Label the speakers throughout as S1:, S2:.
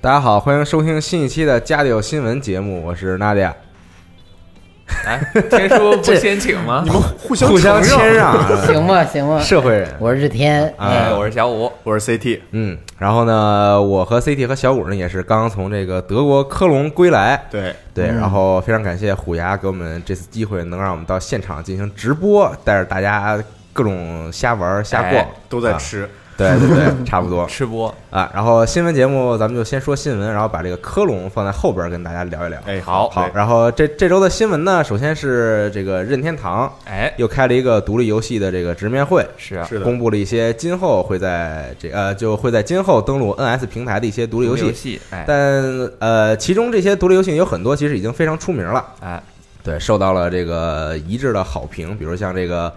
S1: 大家好，欢迎收听新一期的《家里有新闻》节目，我是娜迪亚。
S2: 哎，天说不先请吗？
S1: 互相互相谦让，啊
S3: 行吧，行吧，
S1: 社会人。啊
S3: 我是日天，
S2: 哎，我是小五，
S4: 我是 CT，
S1: 嗯，然后呢，我和 CT 和小五呢也是刚刚从这个德国科隆归来，
S4: 对，
S1: 对，
S3: 嗯
S1: 然后非常感谢虎牙给我们这次机会，能让我们到现场进行直播，带着大家各种瞎玩儿瞎逛
S2: 哎，
S4: 都在
S1: 啊
S4: 吃，
S1: 对对 对，差不多
S2: 吃播。
S1: 啊。然后新闻节目咱们就先说新闻，然后把这个科隆放在后边儿跟大家聊一聊。
S4: 哎，
S2: 好
S1: 好，
S4: 对
S1: 然后这这周的新闻呢，首先是这个任天堂
S2: 哎，
S1: 又开了一个独立游戏的这个直面会，
S2: 是啊，
S4: 是的，
S1: 公布了一些今后会在这呃就会在今后登陆 NS 平台的一些独立游
S2: 游
S1: 戏。
S2: 戏，哎
S1: 但呃，其中这些独立游戏有很多其实已经非常出名了，
S2: 哎，
S1: 对，受到了这个一致的好评，比如像这个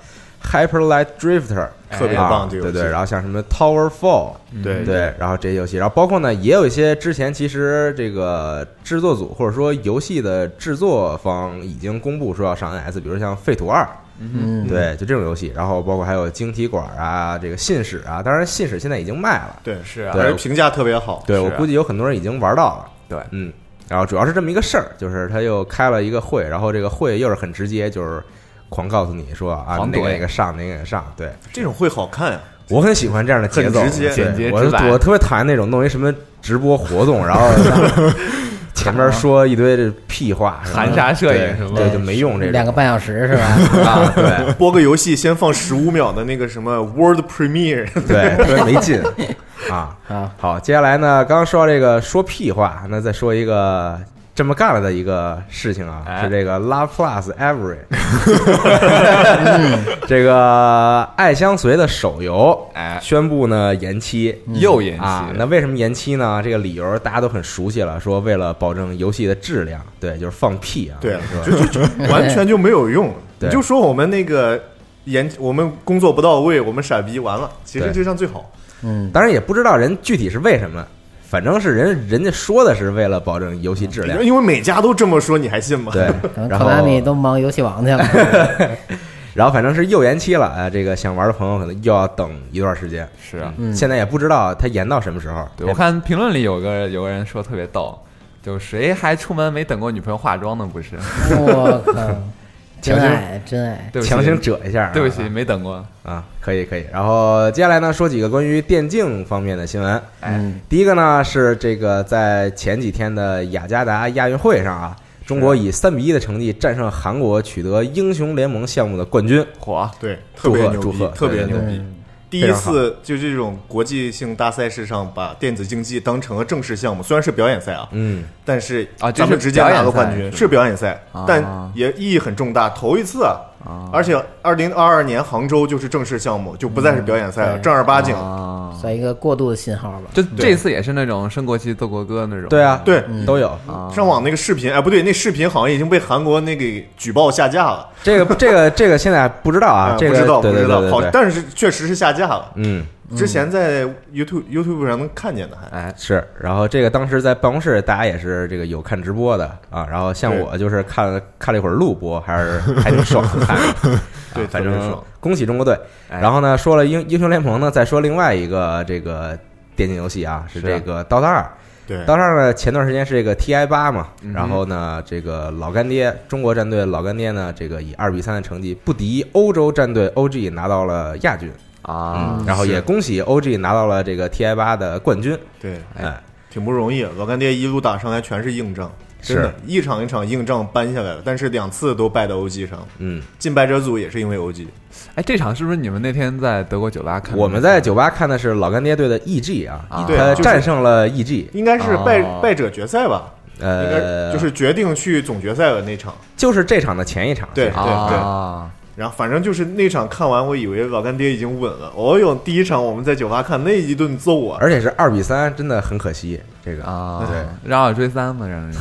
S1: Hyper Light Drifter，
S2: 哎
S4: 特别
S1: 啊
S4: 棒，这
S1: 对
S4: 个游戏嗯
S1: 对，然后像什么 Tower Fall，
S4: 对
S1: 嗯对，然后这些游戏，然后包括呢，也有一些之前其实这个制作组或者说游戏的制作方已经公布说要上 NS，比如像《废土二》，
S3: 嗯，
S1: 对，就这种游戏，然后包括还有《晶体管》啊，这个《信使》啊，当然《信使》现在已经卖了，
S4: 对，
S2: 是啊，
S1: 对
S4: 而且评价特别好，
S1: 对
S2: 是啊
S1: 我估计有很多人已经玩到了，
S2: 对
S1: 嗯，然后主要是这么一个事儿，就是他又开了一个会，然后这个会又是很直接，就是狂告诉你说啊，
S2: 狂
S1: 哪个
S2: 怼
S1: 哪个上，哪个哪个上，对。
S4: 这种会好看啊呀，
S1: 我很喜欢这样的节奏，
S4: 很直接
S1: 对
S2: 简洁
S1: 我
S2: 直白
S1: 我特别讨厌那种弄一什么直播活动，然后 前面说一堆这屁话，是吧
S2: 含沙射影是吧
S1: 对，就没用这种
S3: 两个半小时是 吧？
S1: 啊， 对
S4: 播个游戏先放十五秒的那个什么 World Premiere，
S1: 对，特别没 劲啊。
S3: 啊，
S1: 好，接下来呢，刚刚说到这个说屁话，那再说一个。这么干了的一个事情啊，
S2: 哎
S1: 是这个 Love Plus Every，、这个爱相随的手游
S2: 哎，嗯
S1: 宣布呢延期，
S2: 又延期
S1: 啊，那为什么延期呢？这个理由大家都很熟悉了，说为了保证游戏的质量，对，就是放屁啊，
S4: 对啊
S1: 是
S4: 就
S1: 吧？
S4: 就就完全就没有用，
S1: 对
S4: 你就说我们那个研，我们工作不到位，我们傻逼，完了，其实
S1: 对
S4: 这样最好，
S3: 嗯，
S1: 当然也不知道人具体是为什么，反正是人人家说的是为了保证游戏质量，
S4: 因为每家都这么说，你还信 吗？
S1: 对，
S3: 可能
S1: 然
S3: 考拉米
S1: 后
S3: 都忙游戏王去了，
S1: 然后反正是又延期了啊，这个想玩的朋友可能又要等一段时间，
S2: 是啊，
S3: 嗯，
S1: 现在也不知道它延到什么时候。
S2: 对我看评论里有个有个人说特别逗，就谁还出门没等过女朋友化妆呢？不是，
S3: 我靠，真
S1: 强行
S3: 爱真爱，
S2: 对不起
S1: 强行，折一下啊，
S2: 对不起，没等过。
S1: 啊，可以可以。然后接下来呢，说几个关于电竞方面的新闻。
S2: 哎
S3: 嗯
S1: 第一个呢是这个在前几天的雅加达亚运会上啊，中国以三比一的成绩战胜韩国，取得英雄联盟项目的冠军。
S2: 火，
S4: 对，特别
S1: 祝贺
S4: 牛
S1: 祝
S4: 逼
S1: 贺，
S4: 特别
S1: 对对
S4: 牛
S1: 对
S4: 逼。
S3: 嗯，
S4: 第一次就这种国际性大赛事上把电子竞技当成了正式项目，虽然是表演赛啊，
S1: 嗯，
S4: 但是
S2: 啊这
S4: 咱们
S2: 是
S4: 直接
S2: 表
S4: 拿
S2: 演
S4: 了
S2: 赛
S4: 冠军，
S2: 是
S4: 是表演赛
S2: 啊，
S4: 但也意义很重大，头一次啊。而且二零二二年杭州就是正式项目，就不再是表演赛了，
S3: 对
S4: 正儿八经。
S2: 啊，
S3: 算一个过渡的信号吧。
S2: 就这次也是那种升国旗奏国歌那种。
S1: 对啊，
S4: 对，
S2: 嗯
S3: 嗯
S1: 都有。
S4: 上网那个视频，哎，不对，那视频好像已经被韩国那个举报下架了哎
S1: 这个这个这个现在不知道啊，这
S4: 不
S1: 个
S4: 知道不
S1: 对对
S4: 知
S1: 对
S4: 道，
S1: 对
S4: 好
S1: 对，，
S4: 但是确实是下架了。
S1: 嗯
S4: 之前在 YouTube YouTube 上能看见的，还
S2: 哎，
S1: 是。然后这个当时在办公室，大家也是这个有看直播的啊。然后像
S4: 对
S1: 我就是看看了一会儿录播，还是还挺爽的看着。
S4: 对
S1: 啊反
S4: 特别
S1: 正
S4: 爽
S1: 恭喜中国队。
S2: 哎
S1: 然后呢，说了英英雄联盟呢，再说另外一个这个电竞游戏啊，是
S2: 是啊
S1: 这个《DOTA 二》。
S4: 对，
S1: 当然呢，前段时间是这个 TI 八嘛，然后呢，这个老干爹中国战队老干爹呢，这个以二比三的成绩不敌欧洲战队 OG 拿到了亚军，
S2: 啊，
S1: 然后也恭喜 OG 拿到了这个 TI 八的冠军。
S4: 对，
S1: 哎，
S4: 挺不容易。老干爹一路打上来全是硬仗，真的，一场一场硬仗扳下来了，但是两次都败到 OG 上，
S1: 嗯，
S4: 进败者组也是因为 OG。
S2: 哎，这场是不是你们那天在德国酒吧看的？
S1: 我们在酒吧看的是老干爹队的 EG 啊，
S2: 啊
S4: 对
S1: 他
S4: 就是
S1: 战胜了 E EG，
S4: 应该是败、
S2: 哦
S4: 败者决赛吧，应该
S1: 呃，
S4: 就是决定去总决赛的那场。
S1: 就是这场的前一场，
S4: 对
S1: 啊
S2: 啊，
S4: 然后反正就是那场看完，我以为老干爹已经稳了。哦哟，第一场我们在酒吧看那一顿揍啊，
S1: 而且是二比三，真的很可惜。这个，
S2: 啊，
S1: 对
S2: 让我追三嘛，让人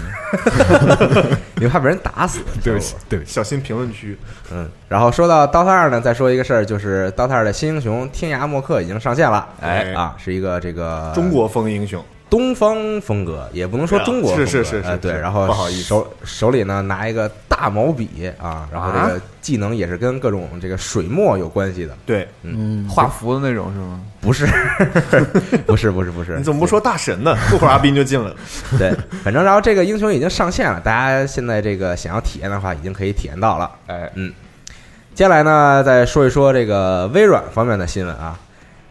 S1: 你怕被人打死，
S2: 对不
S1: 知
S2: 起
S1: 道吗，
S2: 对不起，
S4: 小心评论区。
S1: 嗯，然后说到 DOTA 二呢，再说一个事儿，就是 DOTA 二的新英雄天涯默克已经上线了。
S2: 哎
S1: 啊，是一个这个
S4: 中国风英雄，
S1: 东方风格，也不能说中国风格，
S4: 是是是是
S1: 呃对。
S4: 是
S1: 然后
S4: 不好意思
S1: 手手里呢拿一个大毛笔啊，然后这个技能也是跟各种这个水墨有关系的，
S4: 对，
S3: 嗯，
S2: 画符的那种是吗？
S1: 不是， 不是，不是，不是。
S4: 你怎么不说大神呢？过会儿阿斌就进来了。
S1: 对，反正然后这个英雄已经上线了，大家现在这个想要体验的话，已经可以体验到了。嗯
S2: 哎，
S1: 接下来呢，再说一说这个微软方面的新闻啊。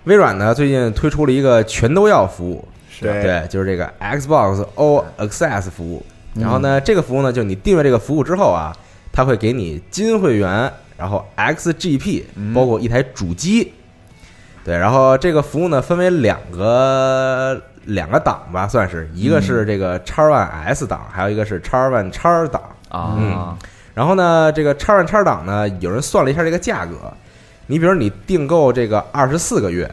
S1: 微软呢，最近推出了一个全都要服务，
S4: 是对
S1: 对，就是这个 Xbox All Access 服务。然后呢，这个服务呢，就你订阅这个服务之后啊，它会给你金会员，然后 XGP，
S2: 嗯
S1: 包括一台主机。对，然后这个服务呢，分为两个两个档吧，算是一个是这个 X One S 档，还有一个是 X One X 档。
S2: 啊，
S1: 然后呢，这个叉万叉档呢，有人算了一下这个价格，你比如你订购这个二十四个月，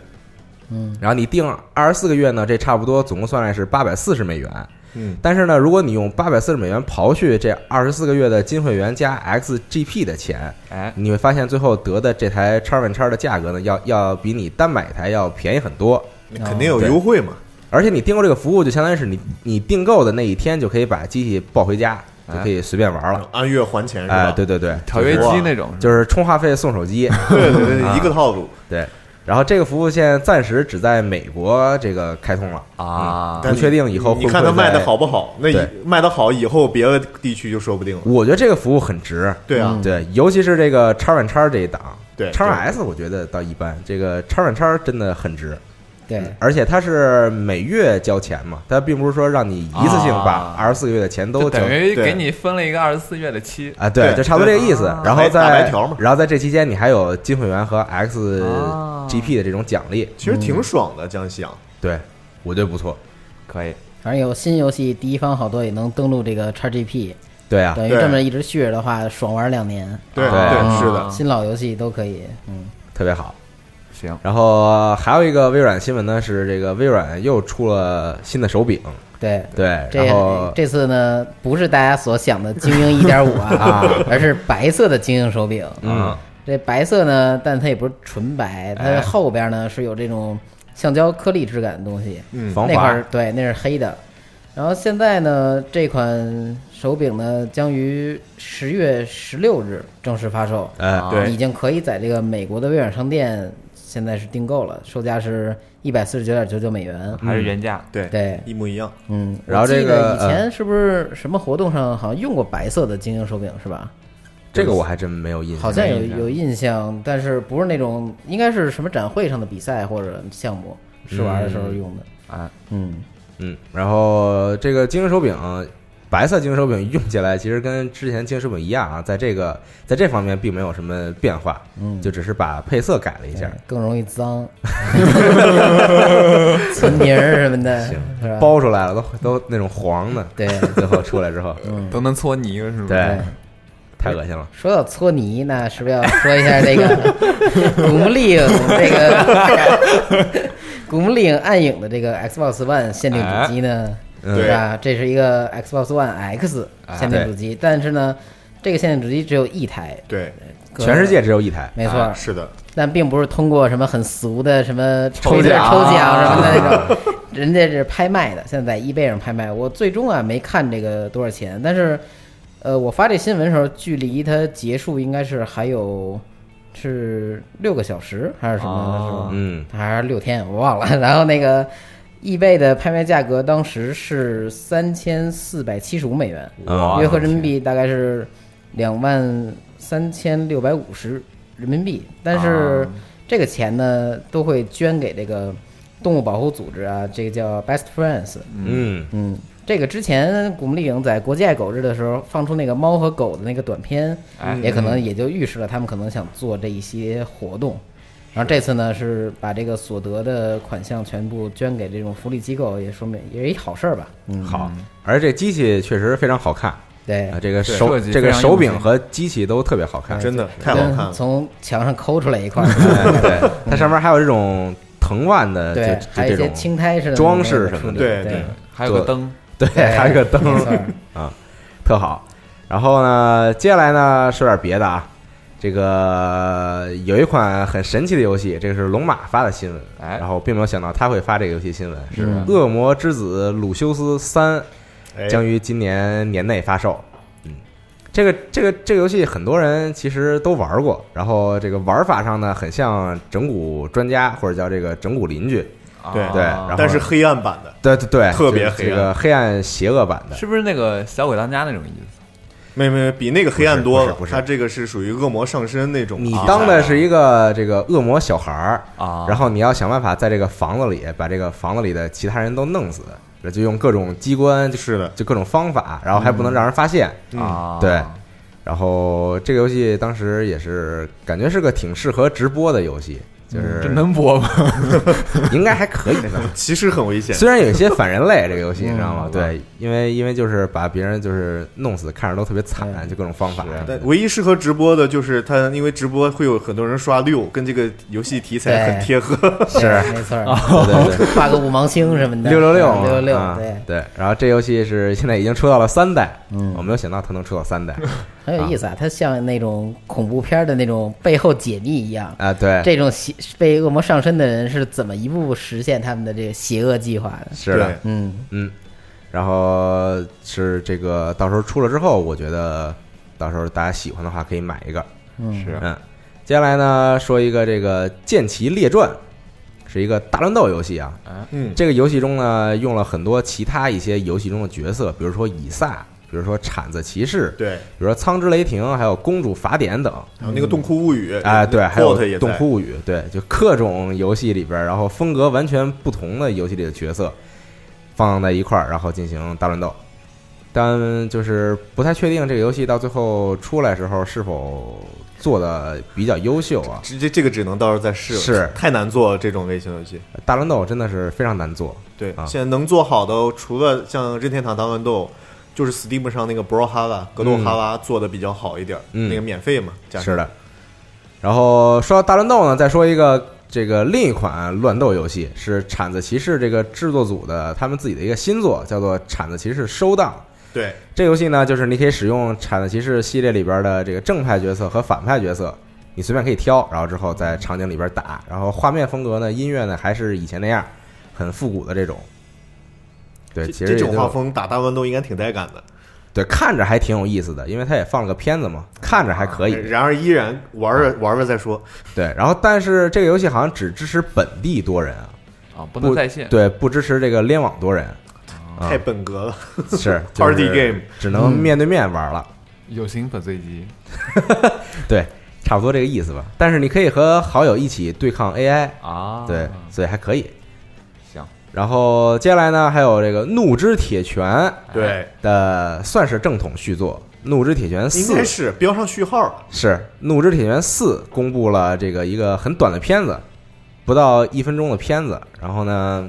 S3: 嗯，
S1: 然后你订二十四个月呢，这差不多总共算来是八百四十美元。
S4: 嗯，
S1: 但是呢，如果你用八百四十美元刨去这二十四个月的金会员加 XGP 的钱，
S2: 哎，
S1: 你会发现最后得的这台叉万叉的价格呢，要要比你单买一台要便宜很多。
S4: 你肯定有优惠嘛。
S1: 而且你订购这个服务，就相当于是你你订购的那一天就可以把机器抱回家，就可以随便玩了。
S4: 按月还啊钱是
S1: 哎、
S4: 吧？
S1: 对对对，
S2: 条约机那种，
S1: 就是充话费送手 机。
S4: 对对对，
S1: 啊
S4: 一个套路。
S1: 对，然后这个服务现在暂时只在美国这个开通了，
S2: 啊，
S4: 但
S1: 不确定以后会
S4: 你
S1: 不哦会
S4: 看他卖的
S1: 在
S4: 好。不好？那以
S1: 对
S4: 卖的好，以后别的地区就说不定了。
S1: 我觉得这个服务很值，
S4: 对啊，
S1: 对，尤其是这个叉万叉这一档，
S4: 对
S1: 叉万
S4: 对
S1: S 我觉得倒一般，这个叉万叉真的很值，
S3: 对，
S1: 而且它是每月交钱嘛，它并不是说让你一次性把
S2: 啊
S1: 二十四个月的钱都
S2: 就
S1: 交。
S2: 等于
S4: 对
S2: 给你分了一个二十四月的期，
S1: 啊，对，
S4: 对
S1: 就差不多这个意思
S2: 对啊。
S1: 然后
S4: 白打白
S1: 在
S4: 条嘛
S1: 然后在这期间，你还有金会员和
S2: 啊
S1: XGP 的这种奖励，
S4: 其实挺爽的，这啊样想。
S1: 对我觉得不错。
S2: 可以
S3: 反正有新游戏，第一方好多也能登录这个 XGP，
S1: 对啊，
S3: 等于
S4: 对
S3: 这么一直续着的话，爽玩两年。
S4: 对
S1: 嗯
S2: 啊
S4: 对，是的，
S3: 新老游戏都可以，嗯，
S1: 特别好。
S2: 行
S1: 然后还有一个微软新闻呢，是这个微软又出了新的手柄，
S3: 对。
S1: 对，
S3: 这
S1: 然后
S3: 这次呢，不是大家所想的精英一 点五啊，而是白色的精英手柄。
S1: 嗯，
S3: 这白色呢，但它也不是纯白，它
S1: 哎
S3: 后边呢是有这种橡胶颗粒质感的东西。
S4: 嗯
S1: 防
S3: 那块
S1: 滑
S3: 儿对，那是黑的。然后现在呢，这款手柄呢将于十月十六日正式发售，
S1: 哎
S2: 啊
S4: 对
S3: 已经可以在这个美国的微软商店现在是订购了，售价是一百四十九点九九美元。
S1: 嗯
S2: 还是原价，
S4: 对
S3: 对
S4: 一模一样。
S3: 嗯，
S1: 然后
S3: 我记
S1: 这个呃
S3: 得以前是不是什么活动上好像用过白色的精英手柄是吧？
S1: 这个我还真没有印象。
S3: 好像有
S2: 印象
S3: 有印象，但是不是那种应该是什么展会上的比赛或者项目试玩的时候用的。
S2: 哎，
S3: 嗯，
S1: 嗯，然后这个精英手柄，白色精英手柄用起来其实跟之前精英手柄一样啊，在这个在这方面并没有什么变化，嗯，就只是把配色改了一下
S3: 对，更容易脏，存泥儿什么的，是吧？
S1: 包出来了都都那种黄的，
S3: 对，
S1: 最后出来之后，
S3: 嗯
S2: 都能搓泥了是吗？
S1: 对，太恶心了。
S3: 说到搓泥，那是不是要说一下这个 古墓丽影这个 古墓丽影暗影的这个 Xbox One 限定主机呢？
S1: 嗯啊
S3: 是吧？这是一个 Xbox One X 限定主机，但是呢，这个限定主机只有一台，
S4: 对，
S3: 各
S1: 全世界只有一台，
S3: 没错，
S4: 啊是的，
S3: 但并不是通过什么很俗的什么
S2: 抽
S3: 抽
S2: 奖
S3: 抽奖什么的那种， 人家是拍卖的，现在在 eBay 上拍卖。我最终啊没看这个多少钱，但是，呃，我发这新闻的时候，距离它结束应该是还有是六个小时还是什么的时候
S2: 哦，
S1: 嗯，
S3: 还是六天，我忘了。然后那个 eBay 的拍卖价格当时是三千四百七十五美元，
S1: 嗯哇
S3: 约合人民币大概是两万三千六百五十人民币。但是这个钱呢，都会捐给这个动物保护组织啊，这个叫 Best Friends。
S1: 嗯，
S3: 嗯，这个之前古墓丽影在国际爱狗日的时候放出那个猫和狗的那个短片，
S2: 哎
S3: 也可能也就预示了他们可能想做这一些活动。然后这次呢是把这个所得的款项全部捐给这种福利机构，也说明也是一好事儿吧。嗯，
S1: 好，而这机器确实非常好看
S3: 哎对
S1: 啊，，这个
S2: 对
S1: 手
S2: 设计
S1: 这
S2: 非
S1: 个
S2: 常
S1: 手
S2: 用心
S1: 柄和机器都特别好看，
S4: 真的太好看了。
S3: 从墙上抠出来一块儿，
S1: 哎对，它上面还有这种藤蔓的，
S3: 对，
S1: 呃就
S3: 还
S1: 就
S3: 有一
S1: 这
S3: 些
S1: 种，
S3: 青苔似的
S1: 装饰什么的
S4: 对
S3: 对
S4: 对
S2: 还有个
S1: 做
S2: 灯，
S1: 对，还有个灯
S3: 没错 儿
S1: 啊，特好。然后呢，接下来呢说点别的啊，这个有一款很神奇的游戏，这个是龙马发的新闻，
S2: 哎
S1: 然后并没有想到他会发这个游戏新闻，
S2: 是
S3: 嗯
S1: 恶魔之子鲁修斯三》
S4: 哎
S1: 将于今年年内发售。嗯，这个这个这个游戏很多人其实都玩过，然后这个玩法上呢很像整蛊专家或者叫这个整蛊邻居，
S4: 对
S2: 啊
S1: 对然后
S4: 但是黑暗版的
S1: 对对对，
S4: 特别
S1: 就是
S4: 黑暗
S1: 这个黑啊暗邪恶版的，
S2: 是不是那个小鬼当家那种意思？
S4: 没没没比那个黑暗多了
S1: 不是不，是
S4: 它这个是属于恶魔上身那种。
S1: 你当的是一个这个恶魔小孩儿，
S2: 啊，
S1: 然后你要想办法在这个房子里把这个房子里的其他人都弄死，就用各种机关，就是
S4: 的，
S1: 就各种方法，然后还不能让人发现。
S2: 啊，
S1: 对然后这个游戏当时也是感觉是个挺适合直播的游戏，就
S2: 这
S1: 是
S2: 能播吗？
S1: 应该还可以呢。
S4: 嗯其实很危险。
S1: 虽然有一些反人类，这个游戏你知道吗
S2: 嗯？
S1: 对，因为因为就是把别人就是弄死，看着都特别惨，就各种方法。
S4: 但唯一适合直播的就是它，因为直播会有很多人刷六，跟这个游戏题材很贴合。
S3: 是没错儿，
S1: 对对对，
S3: 画个五芒星什么的，
S1: 六六六
S3: 六六六，
S1: 啊
S3: 对，
S1: 对。然后这游戏是现在已经出到了三代，
S3: 嗯
S1: 我没有想到它能出到三代
S3: 很有意思啊，它像那种恐怖片的那种背后解密一样。
S1: 啊！对，
S3: 这种邪被恶魔上身的人是怎么一步步实现他们的这个邪恶计划的？
S1: 是的
S4: 对，
S3: 嗯，
S1: 嗯。然后是这个，到时候出了之后，我觉得到时候大家喜欢的话可以买一个，
S2: 是
S1: 嗯。接下来呢，说一个这个《剑奇列传》，是一个大乱斗游戏啊。
S4: 嗯，
S1: 这个游戏中呢，用了很多其他一些游戏中的角色，比如说以撒，比如说铲子骑士，
S4: 对，
S1: 比如说苍之雷霆，还有公主法典等。
S4: 然后那个《洞窟物语》
S1: 啊，对，还有
S4: Goat 也
S1: 《
S4: 在
S1: 洞窟物语》，对，就各种游戏里边儿，然后风格完全不同的游戏里的角色放在一块儿，然后进行大乱斗。但就是不太确定这个游戏到最后出来时候是否做的比较优秀啊。
S4: 这这这个只能到时候再试了，
S1: 是
S4: 太难做这种类型游戏。
S1: 大乱斗真的是非常难做，
S4: 对，
S1: 啊
S4: 现在能做好的，除了像任天堂大乱斗，就是 Steam 上那个 Brawlhalla 格斗哈拉做的比较好一点，
S1: 嗯
S4: 那个免费嘛，加上
S1: 是的。然后说到大乱斗呢，再说一个这个另一款乱斗游戏是铲子骑士这个制作组的他们自己的一个新作，叫做《铲子骑士收档》。
S4: 对，
S1: 这游戏呢，就是你可以使用《铲子骑士》系列里边的这个正派角色和反派角色，你随便可以挑，然后之后在场景里边打，然后画面风格呢，音乐呢还是以前那样，很复古的这种。对，
S4: 这
S1: 其实
S4: 这
S1: 也
S4: 种
S1: 就
S4: 画风打大乱斗应该挺带感的，
S1: 对，看着还挺有意思的，因为它也放了个片子
S4: 啊
S1: 嘛，看着还可以。啊
S4: 然而依然玩着玩着再说，
S1: 对，然后但是这个游戏好像只支持本地多人啊，
S2: 啊，不能在线，
S1: 对，不支持这个联网 多人，啊
S4: 太本格了。
S1: 是
S4: Party
S1: 就是
S4: game
S1: 只能面对面玩了。
S2: 有形粉碎机
S1: 对，差不多这个意思吧。但是你可以和好友一起对抗 AI，
S2: 啊，
S1: 对，所以还可以。
S2: 行，
S1: 然后接下来呢，还有这个《怒之铁拳
S4: 对，》
S1: 的，算是正统续作，《怒之铁拳
S4: 应
S1: 四
S4: 该》是标上序号了。
S1: 是《怒之铁拳四》公布了这个一个很短的片子，不到一分钟的片子。然后呢，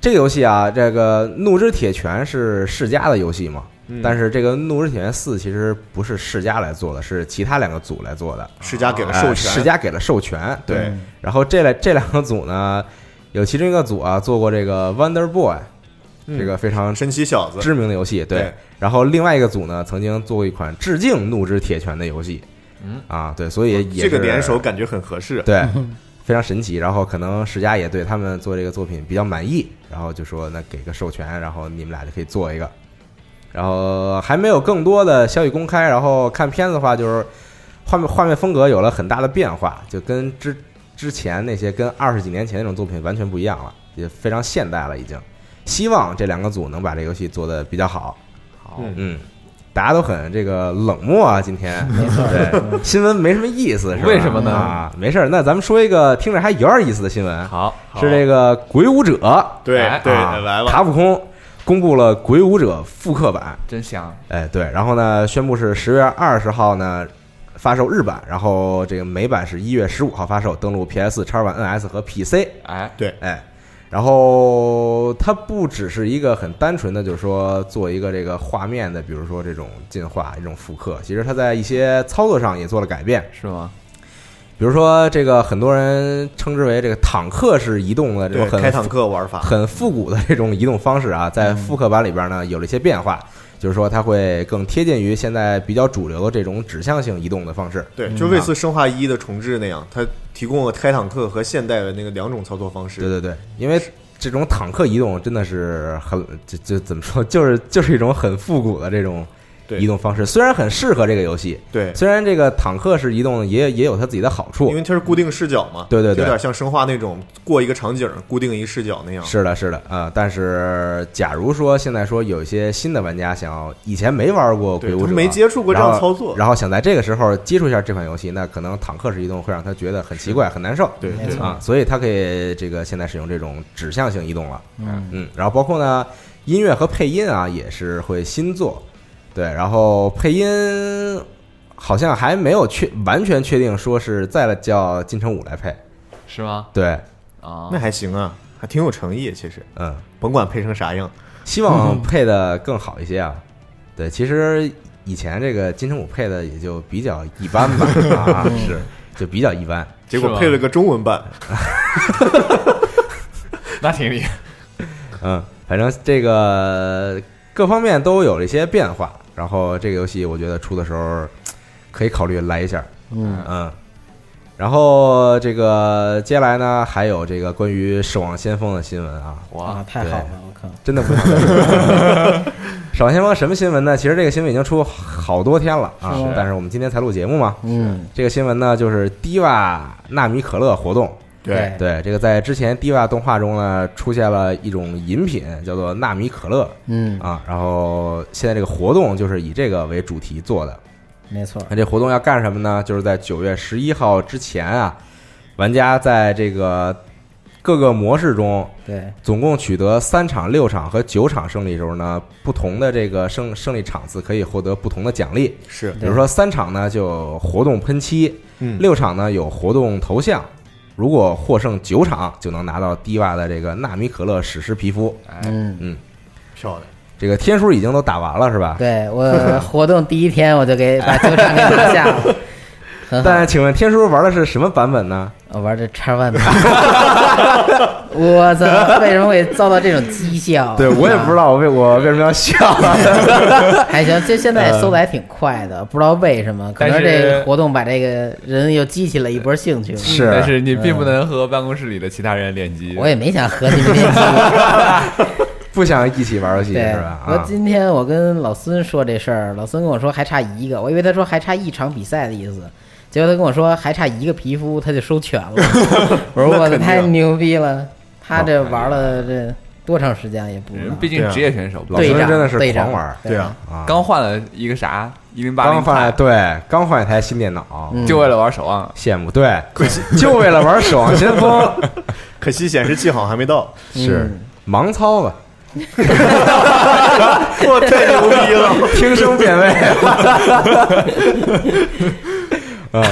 S1: 这个游戏啊，这个《怒之铁拳》是世嘉的游戏嘛，
S4: 嗯
S1: 但是这个《怒之铁拳四》其实不是世嘉来做的，是其他两个组来做的。
S4: 世嘉给了
S1: 哎
S4: 授权，
S1: 世嘉给了授权，对。
S4: 对
S1: 然后这两这两个组呢，有其中一个组啊做过这个 Wonder Boy，、
S4: 嗯
S1: 这个非常
S4: 神奇小子，
S1: 知名的游戏，对。
S4: 对
S1: 然后另外一个组呢，曾经做过一款致敬《怒之铁拳》的游戏，
S2: 嗯
S1: 啊，对，所以也
S4: 哦这个
S1: 是
S4: 联手感觉很合适。
S1: 对。 非常神奇，然后可能世嘉也对他们做这个作品比较满意，然后就说那给个授权，然后你们俩就可以做一个，然后还没有更多的消息公开，然后看片子的话就是画面画面风格有了很大的变化，就跟之之前那些跟二十几年前那种作品完全不一样了，也非常现代了已经。希望这两个组能把这游戏做得比较好，
S2: 好，
S4: 嗯
S1: 嗯，大家都很这个冷漠啊，今 天
S3: 没错儿，
S1: 对新闻没什么意思，是吧
S2: 为什么呢
S1: 啊，没事儿，那咱们说一个听着还有点意思的新闻，
S2: 好，
S1: 是这个《鬼武者》
S4: 对
S2: 哎
S4: 对，
S1: 啊
S4: 来了，
S1: 卡普空公布了《鬼舞者》复刻版，
S2: 真香！
S1: 哎，对，然后呢，宣布是十月二十号呢发售日版，然后这个美版是一月十五号发售，登陆 PS、叉 One、NS 和 PC。
S2: 哎，
S4: 对，
S1: 哎，然后它不只是一个很单纯的，就是说做一个这个画面的，比如说这种进化、一种复刻，其实它在一些操作上也做了改变。
S2: 是吗？
S1: 比如说，这个很多人称之为这个坦克式移动的这种
S4: 对，
S1: 很
S4: 开嗯坦克玩法，
S1: 很复古的这种移动方式啊，在复刻版里边呢有了一些变化，就是说它会更贴近于现在比较主流的这种指向性移动的方式。
S4: 对，就
S1: 啊
S4: 类似《生化一》的重置那样，它提供了开坦克和现代的那个两种操作方式。
S1: 对对对，因为这种坦克移动真的是很就就怎么说，就是就是一种很复古的这种
S4: 对
S1: 移动方式，虽然很适合这个游戏，
S4: 对
S1: 虽然这个坦克式移动也也有它自己的好处
S4: 因，为它是固定视角嘛，
S1: 对对对
S4: 有点像生化那种过一个场景固定一视角那样。
S1: 是的，是的，啊，但是假如说现在说有一些新的玩家想要以前没玩过《
S4: 对
S1: 鬼武
S4: 他
S1: 者》，
S4: 没接触过这样
S1: 然后
S4: 操作
S1: 然后想在这个时候接触一下这款游戏，那可能坦克式移动会让他觉得很奇怪、很难受。
S4: 对
S3: 没
S4: 对
S3: 错
S1: 啊，所以他可以这个现在使用这种指向性移动了。
S3: 嗯，
S1: 嗯，然后包括呢，音乐和配音啊也是会新做，对，然后配音好像还没有确完全确定说是再来叫金城武来配，
S2: 是吗？
S1: 对，
S2: 啊
S4: 那，还行啊，还挺有诚意。其实
S1: 嗯。
S4: 甭管配成啥样，
S1: 希望配的更好一些啊。对，其实以前这个金城武配的也就比较一般吧，啊，是就比较一般。
S4: 结
S2: 是
S4: 果
S2: 吗
S4: 配了个中文版，
S2: 那挺厉害。
S1: 嗯，反正这个各方面都有了一些变化。然后这个游戏我觉得出的时候可以考虑来一下，
S3: 嗯
S1: 嗯。然后这个接下来呢，还有这个关于《守望先锋》的新闻啊，
S3: 啊，
S2: 哇，
S3: 太好了，我靠，
S1: 真的不想再说了 守望先锋什么新闻呢？其实这个新闻已经出好多天了啊
S3: 是，
S1: 但是我们今天才录节目嘛，
S3: 嗯，
S1: 这个新闻呢，就是低瓦纳米可乐活动。
S3: 对
S1: 对，这个在之前低瓦动画中呢，出现了一种饮品，叫做纳米可乐
S3: 嗯，
S1: 啊。然后现在这个活动就是以这个为主题做的。
S3: 没错，
S1: 那这活动要干什么呢？就是在九月十一号之前啊，玩家在这个各个模式中
S3: 对，
S1: 总共取得三场、六场和九场胜利时候呢，不同的这个胜胜利场次可以获得不同的奖励。
S4: 是
S1: 比如说三场呢就有活动喷漆，
S4: 嗯
S1: 六场呢有活动头像，如果获胜九场就能拿到低瓦的这个纳米可乐史诗皮肤。
S2: 哎，
S3: 嗯，
S4: 漂亮。
S1: 这个天数已经都打完了是吧？
S3: 对我活动第一天我就给把球场给拿下 了，很好。
S1: 但请问天叔玩的是什么版本呢？
S3: 我呃玩这叉 one 的， 我操，为什么会遭到这种讥笑？
S2: 哦
S1: 对我也不知道我为我为什么要笑。
S3: 还行，这现
S1: 嗯
S3: 在搜的还挺快的，不知道为什么，可能
S2: 但是
S3: 这活动把这个人又激起了一波兴趣。
S1: 是嗯
S2: 但是你并不能和办公室里的其他人联机。
S3: 嗯我也没想和你们 联系。
S1: 不想一起玩游戏
S3: 对
S1: 是吧？，
S3: 我
S1: 啊，
S3: 今天我跟老孙说这事儿，老孙跟我说还差一个，我以为他说还差一场比赛的意思，结果他跟我说还差一个皮肤他就收全了。 我说我
S4: 那肯定
S3: 太
S1: 啊
S3: 牛逼了，他这
S1: 哎
S3: 玩了这多长时间也不知道
S1: 嗯
S2: 人。毕竟职业选手，
S1: 老
S3: 队
S1: 孙
S3: 长
S1: 真的是
S3: 队长
S1: 狂玩
S4: 对啊，
S1: 啊，
S2: 刚换了一个啥一零八
S1: 刚
S2: 零
S1: 换对刚换一台新电脑，
S3: 嗯
S2: 就为了玩守望。
S1: 羡慕对， 就为了玩《守望先 锋》
S4: 可惜显示器好像还 没到，
S1: 是盲操吧？
S4: 我太牛逼了！
S1: 听声辨位。 嗯，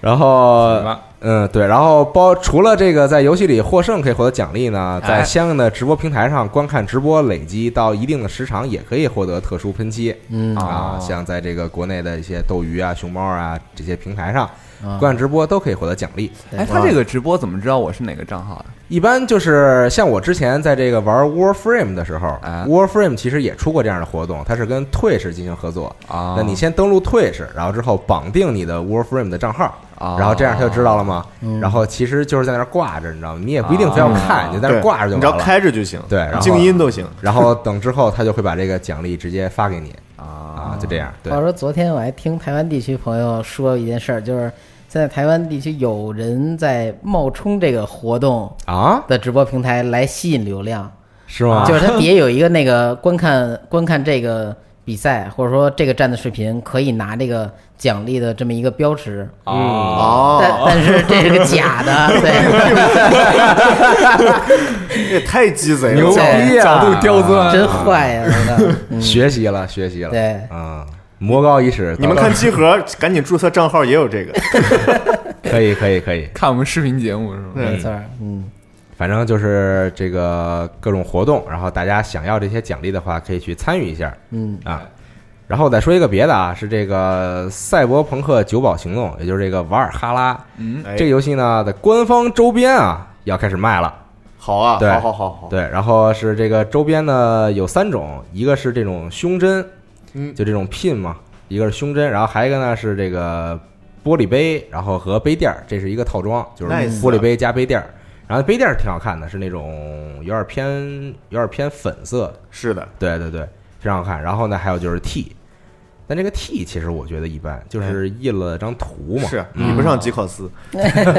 S1: 然后
S2: 行吧
S1: 嗯对，然后包除了这个在游戏里获胜可以获得奖励呢，在
S2: 哎
S1: 相应的直播平台上观看直播累积到一定的时长，也可以获得特殊喷漆。
S3: 嗯
S1: 啊，
S2: 哦
S1: 像在这个国内的一些斗鱼啊、熊猫啊这些平台上
S3: 啊
S1: 观看直播都可以获得奖励。
S3: 对
S2: 哎，他这个直播怎么知道我是哪个账号的？
S1: 一般就是像我之前在这个玩 Warframe 的时候、
S2: 啊
S1: w a r f r a m e 其实也出过这样的活动，它是跟 Twitch 进行合作。
S2: 啊
S1: 那你先登录 Twitch，然后之后绑定你的 Warframe 的账号，
S2: 哦
S1: 然后这样他就知道了吗？然后其实就是在那儿挂着，你知道吗？你也不一定非要看，
S2: 哦
S1: 你就在那儿挂着
S4: 你
S1: 就
S4: 只要
S1: 完了。
S4: 开着就行，
S1: 对然后
S4: 静音都行。
S1: 然后等之后，他就会把这个奖励直接发给你
S2: 啊
S1: 啊，就这样。对
S3: 嗯话，说昨天我还听台湾地区朋友说一件事儿，就是现在台湾地区有人在冒充这个活动
S1: 啊，
S3: 的直播平台来吸引流量，
S1: 是吗？
S3: 就是它底下有一个那个观看观看这个比赛或者说这个站的视频，可以拿这个奖励的这么一个标识，
S1: 嗯啊
S2: 哦，
S3: 但
S4: 哦，
S3: 但是这是个假 的，对，
S4: 这也太鸡贼
S2: 牛
S4: 了！
S2: 逼
S1: 对
S2: 啊
S3: 哎
S2: 角度刁钻，
S3: 真坏呀、真的嗯
S1: 学习了，学习了，
S3: 对
S1: 啊，魔高一尺，
S4: 你们看集合，赶紧注册账号，也有这个。
S1: 可以，可以，可以，
S2: 看我们视频节目是吗？
S4: 对
S3: 没错儿，嗯，
S1: 反正就是这个各种活动，然后大家想要这些奖励的话，可以去参与一下，
S3: 嗯
S1: 啊。然后再说一个别的啊，是这个《赛博朋克九堡行动》，也就是这个《瓦尔哈拉》
S2: 嗯，
S4: 哎
S1: 这个游戏呢的官方周边啊要开始卖了。
S4: 好啊，
S1: 对
S4: 好好好好，
S1: 对，然后是这个周边呢有三种，一个是这种胸针，
S4: 嗯
S1: 就这种 pin 嘛，一个是胸针，然后还有一个呢是这个玻璃杯，然后和杯垫儿，这是一个套装，就是
S4: Nice
S1: 玻璃杯加杯垫儿。然后杯垫儿挺好看的，是那种有点偏有点偏粉色，
S4: 是的，
S1: 对对对，非常好看。然后呢，还有就是 T，但这个 T 其实我觉得一般，就是印了张图嘛，
S4: 哎是
S1: 嗯
S4: 比不上吉考斯。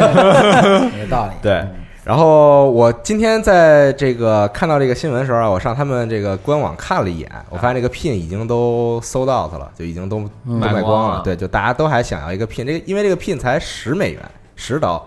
S3: 有道理，
S1: 对，然后我今天在这个看到这个新闻的时候啊，我上他们这个官网看了一眼，我发现这个 pin 已经都 sold out 了，就已经都都
S3: 嗯
S1: 卖
S2: 卖光
S1: 光了。
S2: 了
S1: 对，就大家都还想要一个 pin，这个因为这个 pin 才十美元，十刀，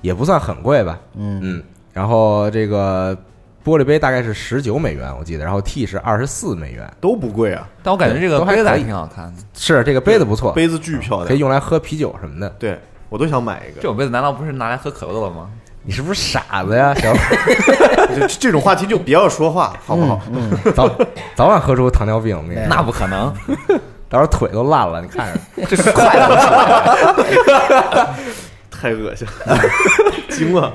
S1: 也不算很贵吧。
S3: 嗯
S1: 嗯，然后这个玻璃杯大概是十九美元，我记得，然后 T 是二十四美元。
S4: 都不贵啊，
S2: 但我感觉这
S1: 对
S2: 个
S1: 都还
S2: 杯子
S1: 可
S2: 还
S1: 以
S2: 挺好看的。
S1: 是这个杯子不错，
S4: 杯子巨漂
S1: 嗯可以
S4: 亮。
S1: 用来喝啤酒什么的。
S4: 对我都想买一
S2: 这
S4: 个。
S2: 种杯子难道不是拿来喝可乐的吗？
S1: 你是不是傻子呀，小伙儿？
S4: 这这种话题就不要说话，好不
S1: 嗯
S4: 好？
S1: 早早晚喝出糖尿病，我跟你说
S2: 那不可 能，
S1: 到时候腿都烂了，你看着。
S2: 这是快乐。
S4: 太恶心了， 惊了。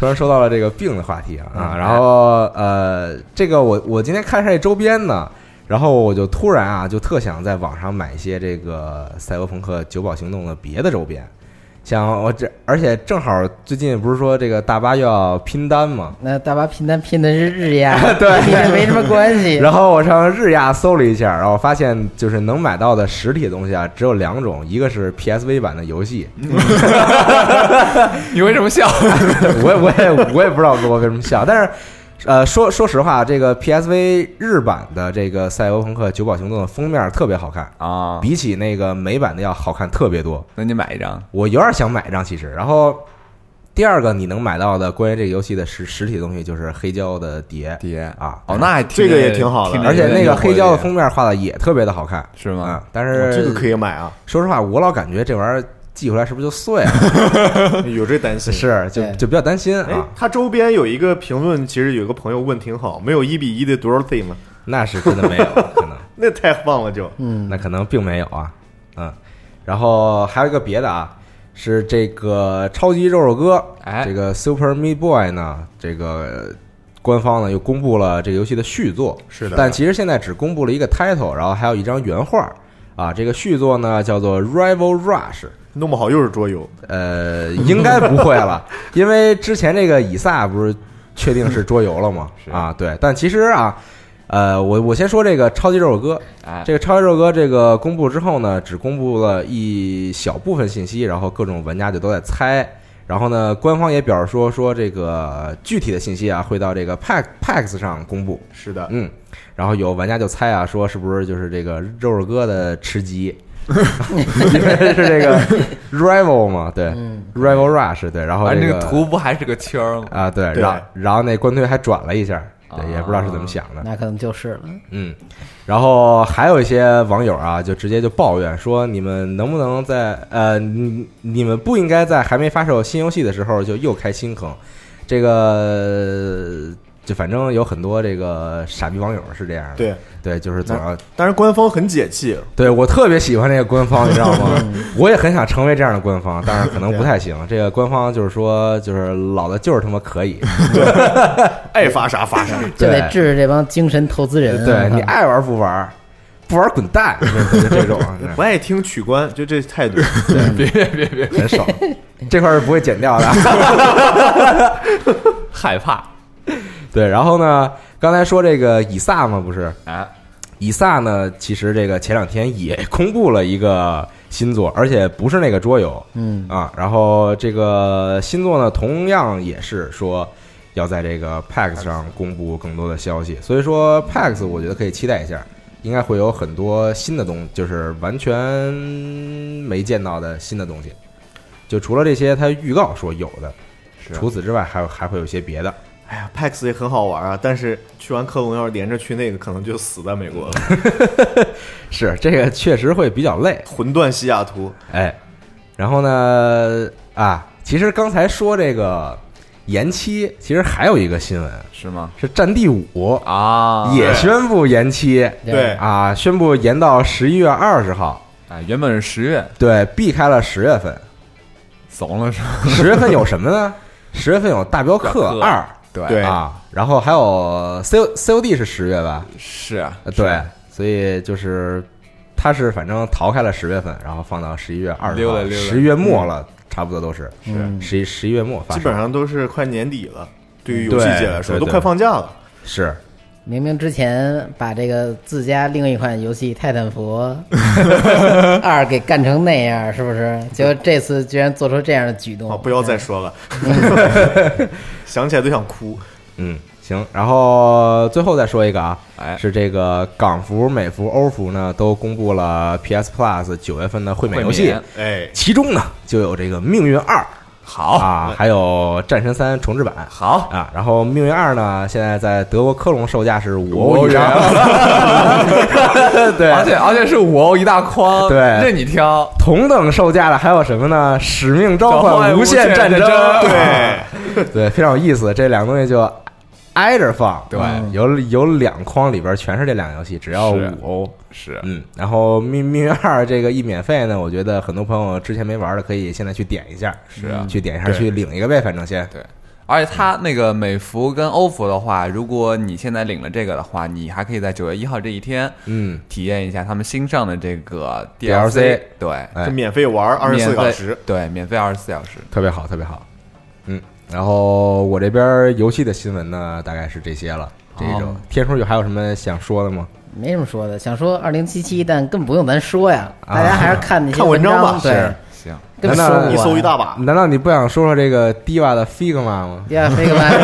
S1: 突然说到了这个病的话题啊，啊然后呃，这个我我今天看上这周边呢，然后我就突然啊，就特想在网上买一些这个《赛博朋克九堡行动》的别的周边，像我这，而且正好最近不是说这个大巴又要拼单嘛，
S3: 那大巴拼单拼的是日亚，
S1: 对
S3: 跟你这没什么关系。
S1: 然后我上日亚搜了一下，然后发现就是能买到的实体的东西啊，只有两种，一个是 PSV 版的游戏，
S2: 你为什么笑？
S1: 我也我也我也不知道我为什么笑，但是。呃，说说实话，这个 PSV 日版的这个《赛博朋克：九堡行动》的封面特别好看，
S2: 啊，
S1: 比起那个美版的要好看特别多。
S2: 那你买一张。
S1: 我有点想买一张，其实。然后第二个你能买到的关于这个游戏的实实体的东西就是黑胶的碟
S2: 碟
S1: 啊，
S2: 哦，那还
S4: 这个也挺好的
S2: 的，
S1: 而且那个黑胶的
S2: 风
S1: 封面画的也特别的好看，
S2: 是吗？
S1: 啊，但
S4: 哦
S1: 是
S4: 这个可以买啊，
S1: 说实话，我老感觉这玩意儿寄回来是不是就碎了？
S4: 有这担心。
S1: 是，啊就
S3: 对
S1: 就比较担心
S4: 哎
S1: 啊。，
S4: 他周边有一个评论，其实有个朋友问挺好，没有一比一的 Dorothy 吗？
S1: 那是真的没有，可能。
S4: 那太棒了就，
S3: 嗯，
S1: 那可能并没有啊，嗯，然后还有一个别的啊，是这个超级肉肉哥，
S2: 哎
S1: 这个 Super Meat Boy 呢，这个官方呢又公布了这个游戏的续作，
S4: 是
S1: 但其实现在只公布了一个 title，然后还有一张原画啊，这个续作呢叫做 Rival Rush，
S4: 弄不好又是桌游。
S1: 呃， 应该不会了，因为之前这个以撒不是确定是桌游了吗？啊，对，但其实啊。呃，我我先说这个超级肉肉哥，
S2: 哎，
S1: 这个超级肉哥这个公布之后呢，只公布了一小部分信息，然后各种玩家就都在猜。然后呢，官方也表示说，说这个具体的信息啊，会到这个 PAX PAX 上公布。
S4: 是的，
S1: 嗯，然后有玩家就猜啊，说是不是就是这个肉肉哥的吃鸡， 因为是这个 Rival 嘛，对、
S3: 嗯
S1: Rival Rush 对，然后
S2: 反
S1: 这
S2: 正
S1: 个
S2: 啊个图不还是个圈儿吗？
S1: 啊对，
S4: 对
S1: 然后然后那官推还转了一下，对，
S2: 啊
S1: 也不知道是怎么想的。
S3: 那可能就是了。
S1: 嗯，然后还有一些网友啊，就直接就抱怨说，你们能不能在呃，你你们不应该在还没发售新游戏的时候就又开新坑，这个就反正有很多这个傻逼网友是这样的，
S4: 对。
S1: 对，就是总要
S4: 但是官方很解气，
S1: 对我特别喜欢这个官方，你知道吗？我也很想成为这样的官方，但是可能不太行。这个官方就是说，就是老子就是他妈可以，
S4: 爱发啥发啥。
S3: 就得
S1: 对
S3: 治治这帮精神投资人啊。
S1: 对你
S3: 嗯
S1: 爱玩不玩，不玩滚蛋，就就这种。对
S4: 不爱听取关，就这态 度。
S2: 别别别别，
S1: 很爽，这块儿是不会剪掉的。
S2: 害怕
S1: 对，然后呢，刚才说这个以撒嘛，不是
S2: 啊！
S1: 以撒呢，其实这个前两天也公布了一个新作，而且不是那个桌游
S3: 嗯
S1: 啊。然后这个新作呢，同样也是说要在这个 PAX 上公布更多的消息，所以说 PAX 我觉得可以期待一下。应该会有很多新的东，就是完全没见到的新的东西。就除了这些，它预告说有的，
S2: 是
S1: 除此之外还有还会有一些别的。
S4: 哎呀，PAX 也很好玩啊，但是去完克隆要是连着去那个，可能就死在美国了。
S1: 是这个确实会比较累，
S4: 魂断西雅图，
S1: 哎，然后呢啊，其实刚才说这个延期，其实还有一个新闻
S2: 是吗？
S1: 是《战地五》
S2: 啊，
S1: 也宣布延期
S4: 对
S1: 啊，宣布延到十一月二十号，
S2: 哎，原本是十月，
S1: 对，避开了十月份。
S2: 怂了是吧？
S1: 十月份有什么呢？十月份有《大镖客二》
S2: 对
S4: 对
S1: 啊，然后还有 C C O D 是十月吧？
S2: 是啊
S1: 呃，对，所以就是他是反正逃开了十月份，然后放到十一月二十
S2: 溜达
S1: 号，
S2: 溜嗯达
S1: 十一月末了，差不多都是
S3: 嗯
S1: 十一十一月末发
S4: 基
S1: 售，
S4: 本上都是快年底了，对于游戏界来说
S1: 对对
S4: 都快放假了。
S1: 是
S3: 明明之前把这个自家另一款游戏《泰 坦佛二》给干成那样，是不是？结果这次居然做出这样的举
S2: 哦
S3: 动，嗯
S4: 好，啊哦不要再说了， 想起来都想哭。
S1: 嗯。行，然后最后再说一个啊，
S2: 哎
S1: 是这个港服、美服、欧服呢都公布了 PS Plus 九月份的惠美游戏
S2: 会，免
S4: 哎，
S1: 其中呢就有这个《命运二》
S2: 好
S1: 啊，还有《战神三》重置版
S2: 好
S1: 啊。然后《命运二》呢，现在在德国科隆售价是五
S2: 欧
S1: 欧一张， 对，
S2: 而且而且是五欧一大筐，
S1: 对
S2: 任你挑。
S1: 同等售价的还有什么呢？《使命召
S2: 召
S1: 唤：
S2: 唤
S1: 无
S2: 无限
S1: 战
S2: 战
S1: 争》
S2: 争
S1: 对
S4: 对，
S1: 对，非常有意思。这两个东西就挨着放，
S2: 对
S1: 嗯有有两筐里边全是这两个游戏，只要
S2: 是
S1: 五欧。
S2: 是
S1: 嗯，然后《命命运二》这个一免费呢，我觉得很多朋友之前没玩的，可以现在去点一下，
S2: 是啊
S1: 去点一下
S4: 对
S1: 去领一个呗，反正先。
S2: 对，而且它那个美服跟欧服的话，如果你现在领了这个的话，你还可以在九月一号这一天
S1: 嗯，
S2: 体验一下他们新上的这个
S1: DLC
S2: 对，
S1: 哎
S4: 就免费玩二十四
S2: 免
S4: 小
S2: 费
S4: 时，，
S2: 对，免费二十四小时。
S1: 特别好，特别好。嗯，然后我这边游戏的新闻呢，大概是这些了。这一周
S2: 哦，
S1: 天叔有还有什么想说的吗？
S3: 没什么说的。想说二零七七，但根本不用咱说呀，
S1: 啊
S3: 大家还是看那些
S4: 看文章
S3: 章
S4: 吧
S3: 对
S4: 是，
S2: 行，
S3: 根本
S1: 难道
S3: 不完
S4: 一搜一大
S2: 嗯
S4: 把。
S1: 难道你不想说说这个 Diva 的 Figma 吗？
S3: 呀，这个玩意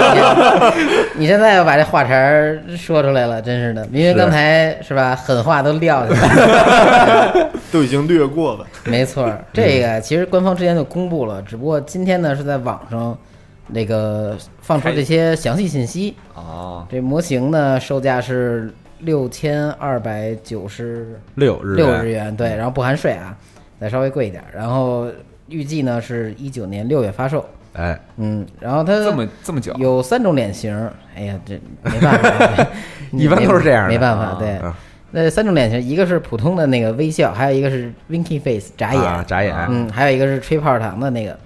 S3: 儿，你现在把这话茬儿说出来了，真是的，明明
S1: 是
S3: 刚才是吧，狠话都撂下来了，
S4: 都已经略过了。
S3: 没错儿，这个其实官方之前就公布了，只不过今天呢是在网上那个放出这些详细信息。
S2: 哦，
S3: 这模型呢售价是六千二百九十
S1: 六日
S3: 六日元，对，然后不含税啊，再稍微贵一点儿，然后预计呢是一九年六月发售。
S1: 哎，
S3: 嗯，然后它
S2: 这么这么久，
S3: 有三种脸型儿，哎呀，这没办法，
S1: 一般都是这样的
S3: 没办法。对
S1: 啊，
S3: 那三种脸型，一个是普通的那个微笑，还有一个是 winky face 眨
S1: 啊
S3: 眼，
S1: 眨眼
S3: 嗯，还有一个是吹泡泡糖的那个，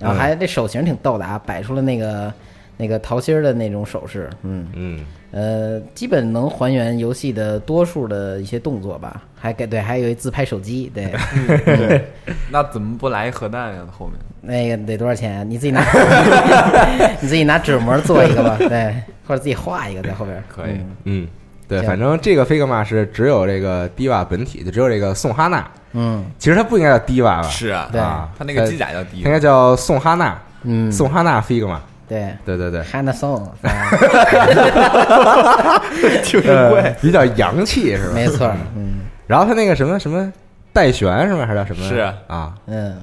S3: 然后还这手型挺逗的啊，摆出了那个那个桃心儿的那种手势，嗯，
S1: 嗯，
S3: 呃，基本能还原游戏的多数的一些动作吧，还给对，还有一自拍手 机，对，
S2: 那怎么不来一核弹呀？后面
S3: 那个得多少钱啊？你 自己拿，你自己拿纸模做一个 吧，对，或者自己画一个在后边儿。
S2: 可以，
S1: 嗯，对，
S3: 行
S1: 反正这个 Figma 是只有这个 Diva 本体，就只有这个宋哈娜。
S3: 嗯
S1: 其实它不应该叫 Diva 吧？
S2: 是啊，
S3: 对
S1: 啊，
S2: 他那个机甲叫
S1: 它
S2: 第一
S1: 应，该叫宋哈娜，
S3: 嗯，
S1: 宋哈娜 Figma。
S3: 对
S1: 对 对对，
S3: ，Hannah Song，啊
S4: 挺
S1: 呃，比较洋气是吧？
S3: 没错儿， 嗯
S1: 然后它那个什么什么戴旋是吗？还是叫什么？
S2: 是
S1: 啊，
S3: 嗯，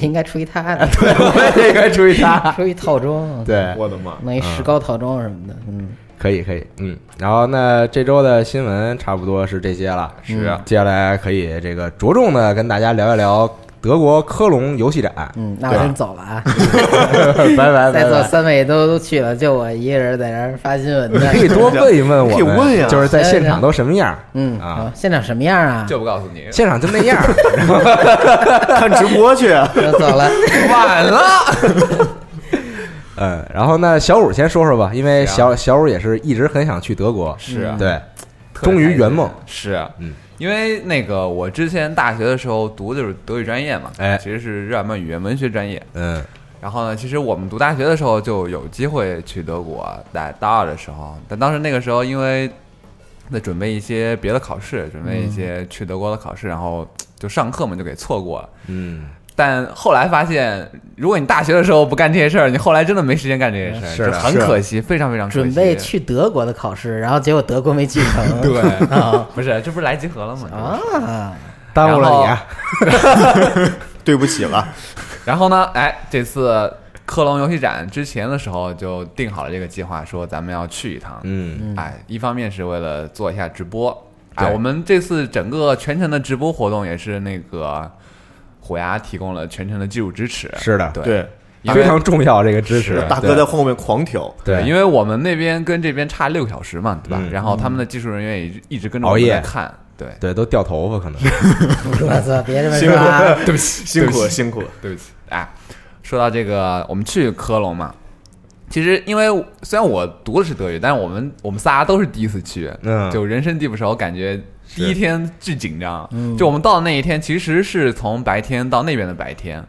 S3: 应该出一他的，
S1: 我也应该注意它。
S3: 出一套装，，
S2: 哎
S1: 对，
S4: 我的妈！
S3: 弄一石膏套装什么的，嗯，
S1: 可以可以，嗯，然后那这周的新闻差不多是这些了，嗯
S2: 是啊
S1: 接下来可以这个着重的跟大家聊一聊德国科隆游戏展，
S3: 嗯，那我先走了啊，
S1: 拜拜拜
S3: 在座
S1: 拜。
S3: 三位都都去了，就我一个人在这儿发新 闻
S1: 你 可以
S3: 呢。
S1: 多问一问我
S4: 可以
S1: 们，
S4: 问呀
S1: 就是在现
S3: 行
S1: 场
S3: 行
S1: 都什么样？
S3: 嗯，
S1: 啊
S3: 好，，现场什么样啊？
S2: 就不告诉你，
S1: 现场就那样。
S4: 看直播去，
S3: 我走了，
S2: 晚了，
S1: 嗯，然后呢，小五先说说吧，因为
S2: 行
S1: 小小五也是一直很想去德国，
S2: 是啊
S1: 对，
S2: 特 别
S1: 终于
S2: 开心
S1: 圆梦
S2: 是啊，
S1: 嗯
S2: 因为那个我之前大学的时候读的就是德语专业嘛，
S1: 哎
S2: 其实是日耳曼语言文学专业。
S1: 嗯
S2: 然后呢，其实我们读大学的时候就有机会去德国，在大二的时候，但当时那个时候因为在准备一些别的考试，准备一些去德国的考试，然后就上课嘛就给错过了。
S1: 嗯，
S2: 但后来发现，如果你大学的时候不干这些事儿，你后来真的没时间干这些事儿，
S1: 是的
S2: 这很
S4: 是的
S2: 可惜，非常非常可惜。
S3: 啊准备去德国的考试，然后结果德国没去 成。
S2: 对，
S3: 啊
S2: 不是，这不是来集合了吗？
S3: 啊，
S1: 耽误了你啊，
S4: 对不起了，
S2: 然后呢，哎，这次科隆游戏展之前的时候就定好了这个计划，说咱们要去一趟。
S1: 嗯，
S2: 哎，一方面是为了做一下直播，
S1: 对
S2: 哎，我们这次整个全程的直播活动也是那个虎牙提供了全程的技术支持。
S1: 是的，
S2: 对，
S4: 对，啊
S2: 因为
S1: 非常重要这个支持
S2: 是啊的，
S4: 大哥在后面狂调，
S1: 对，
S2: 因
S1: 为
S2: 为我们那边跟这边差六个小时嘛，对吧？
S1: 嗯
S2: 然后他们的技术人员也一直一直跟着
S1: 熬
S2: 我们
S1: 夜
S2: 在看，对，
S1: 对都掉头发可能，
S3: 我操，别这么说啊！
S2: 对不起，
S4: 辛苦
S2: 对不
S4: 了
S2: 起
S4: 辛苦了。
S2: 对不起，哎，说到这个，我们去科隆嘛，其实因为虽然我读的是德语，但是我们我们仨都是第一次去，
S1: 嗯
S2: 就人生地不熟，感觉第一
S1: 是
S2: 天巨紧张。就我们到的那一天，其实是从白天到那边的白天，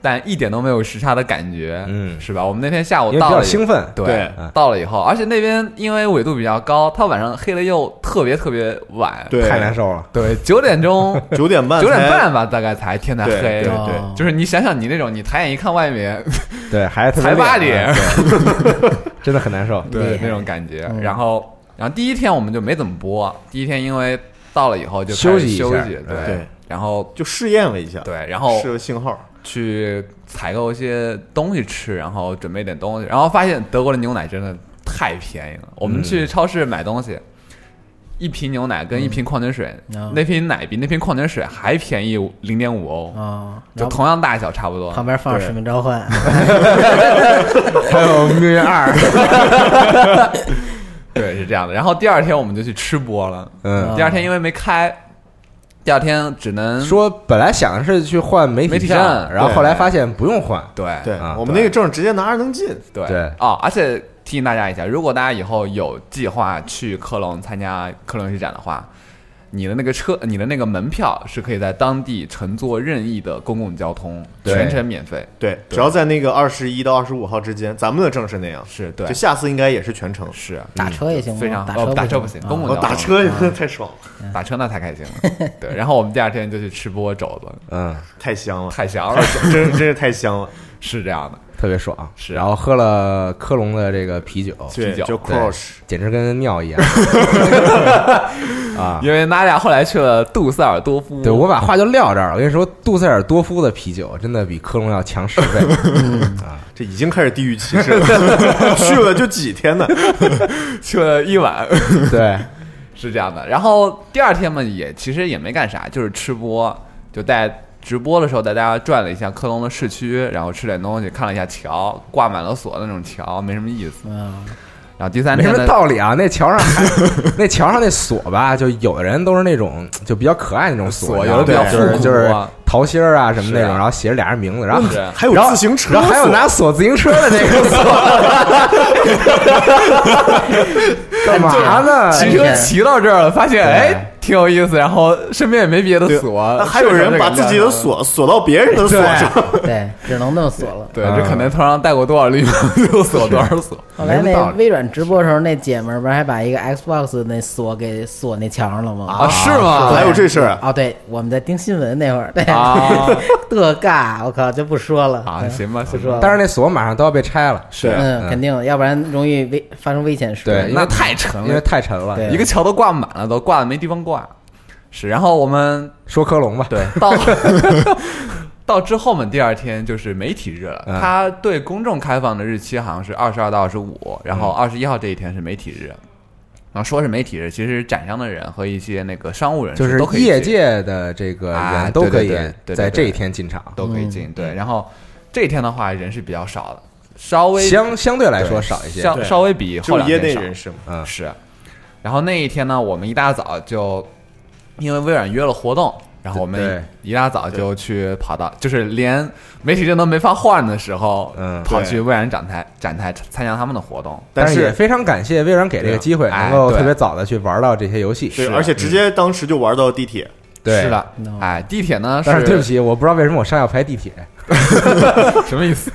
S2: 但一点都没有时差的感觉，
S1: 嗯
S2: 是吧？我们那天下午
S1: 因为比
S2: 到
S1: 较
S2: 了以后。
S1: 兴奋，
S2: 对，
S4: 对
S2: 到了以后，而且那边因为纬度比较高，它晚上黑了又特别特别晚，
S4: 对，
S1: 太难受了，
S2: 对，九点钟
S4: 九点半，
S2: 九点半，吧，大概才天才黑。
S4: 对对
S3: 哦
S4: 对，
S2: 就是你想想，你那种你抬眼一看外面
S1: 对，还是特别
S2: 才八
S1: 累啊
S2: 点，
S1: 真的很难受，
S3: 厉
S2: 对
S3: 害
S2: 那种感觉
S3: 嗯。
S2: 然后，然后第一天我们就没怎么播，第一天因为到了以后就
S1: 休
S2: 开始
S1: 息一下
S2: 休
S1: 嗯
S2: 对
S4: 对，
S2: 然后
S4: 就试验了一下，，
S2: 对，然后
S4: 试了信号，
S2: 去采购一些东西吃，然后准备点东西，然后发现德国的牛奶真的太便宜了。我们去超市买东西，一瓶牛奶跟一瓶矿泉水，
S3: 嗯
S2: 那瓶奶比那瓶矿泉水还便宜零点五欧，
S3: 啊，
S2: 就
S3: 然后
S2: 同样大小差不多。
S3: 旁边放《使命召唤》，
S1: 还有命运 二，
S2: 对，是这样的。然后第二天我们就去吃播了，
S1: 嗯，
S2: 第二天因为没开，第二天只能
S1: 说本来想是去换媒
S2: 媒
S1: 体
S2: 体
S1: 证，
S2: 证
S1: 然后
S4: 对
S1: 后来发现不用换，
S2: 对
S4: 对
S1: 啊
S4: 我们那个证直接拿着能进，
S2: 对
S1: 对
S2: 哦，而且提醒大家一下，如果大家以后有计划去科隆参加科隆游戏展的话，你的那个车、你的那个门票是可以在当地乘坐任意的公共交通，
S1: 对
S2: 全程免费。
S4: 对，只要在那个二十一到二十五号之间，咱们的证是那样，
S2: 是对
S4: 就，下次应该也是全程，
S2: 是
S3: 打车也行吗？
S2: 非常
S3: 打
S2: 哦，打车
S3: 车
S2: 不行，
S3: 啊
S2: 公共
S4: 我
S2: 交通
S4: 打车也真的太爽了，
S2: 打车那太开心了。对，然后我们第二天就去吃播肘子，
S1: 嗯，
S4: 太香了，
S2: 太香了，
S4: 真真是太香了，
S2: 是这样的。
S1: 特别爽，
S2: 是
S1: 然后喝了科隆的这个啤酒，
S4: 对，
S2: 啤酒
S4: 就
S1: 对
S4: crush，
S1: 简直跟尿 一样啊！
S2: 因为娜俩后来去了杜塞尔多夫，
S1: 对我把话就撂这儿了，我跟你说，杜塞尔多夫的啤酒真的比科隆要强十倍，
S4: 这已经开始地域歧视了， 去了就几天呢，
S2: 去了一晚，
S1: 对，
S2: 是这样的。然后第二天嘛，也其实也没干啥，就是吃播，就在直播的时候带大家转了一下科隆的市区，然后吃点东西，看了一下桥，挂满了锁的那种桥，没什么意思。
S3: 嗯，
S2: 然后第三
S1: 没
S2: 天
S1: 什
S2: 呢
S1: 么，道理啊。那桥上还， 那桥上那锁吧，就有的人都是那种就比较可爱那种
S2: 锁
S1: 锁，然后
S2: 有的比较
S1: 就是
S2: 复古
S1: 就是
S2: 啊
S1: 桃心儿啊什啊么那
S2: 是
S1: 种，
S2: 啊
S1: 然后写着俩人名字，然后
S2: 是
S4: 还有
S1: 然后
S4: 自行车
S1: 然后还有
S4: 锁
S1: 拿锁自行车的那个锁， 干嘛呢？
S2: 骑车骑到这儿了，发现哎挺有意思，然后身边也没别的
S4: 对
S2: 锁，
S4: 还有人把自己
S2: 嗯
S4: 的锁锁到别人的锁上，
S3: 啊对，只能那么锁了。
S2: 对，这可能头上戴过多少绿帽，就锁多少锁。
S3: 后来
S1: 没道
S3: 那
S1: 理
S3: 微软直播的时候，那姐们儿不是还把一个 Xbox 那锁给锁那墙上了 吗？
S2: 啊是吗
S4: 还有这事儿啊，
S3: 哦，对，我们在盯新闻那会儿，对，
S2: 啊
S3: 特尬，我靠，就不说了嗯
S2: 啊，行吧，
S3: 不
S2: 行
S3: 说
S2: 吧
S3: 了。
S1: 但是那锁马上都要被拆了，
S4: 是啊
S3: 嗯，肯定，要不然容易危发生危险事故。
S1: 对
S2: 那太沉
S1: 因为
S2: 了，
S1: 太沉了。
S3: 对
S2: 一个桥都挂满了，都挂的没地方挂。是，然后我们
S1: 说科隆吧，
S2: 对， 到 到之后嘛，第二天就是媒体日了。
S1: 嗯
S2: 它对公众开放的日期好像是二十二到二十五，然
S1: 嗯
S2: 后二十一号这一天是媒体日。然后说是媒体日，其实展商的人和一些那个商务人士
S1: 就是
S2: 都可以
S1: 业
S2: 进
S1: 界的这个
S2: 啊
S1: 人都可以
S2: 对对对对对
S1: 在这一天进场，
S2: 都可以进。对，
S1: 嗯
S2: 然后这一天的话人是比较少的，稍微
S1: 相相对来
S2: 对
S1: 说少一些。
S2: 相
S4: 对
S2: 稍微比
S4: 只有
S2: 后两
S4: 业
S2: 天
S4: 内
S2: 少
S4: 人士嘛，
S1: 嗯
S2: 是。然后那一天呢，我们一大早就因为微软约了活动，然后我
S1: 对
S2: 们一大早就去跑到，就是连媒体证都没法换的时候，
S1: 嗯
S2: 跑
S4: 对
S2: 去微软展台展台参加他们的活动。
S1: 但
S4: 但
S1: 是也非常感谢微软给这个机会，
S2: 哎
S1: 能够
S2: 对
S1: 特别早的去玩到这些游戏。
S4: 对，而且
S1: 嗯
S4: 直接当时就玩到地铁，
S1: 对
S2: 是。的
S3: No，
S2: 哎，地铁呢
S1: 但是
S2: 是
S1: 对不起，我不知道为什么我上要排地铁，
S2: 什么意思？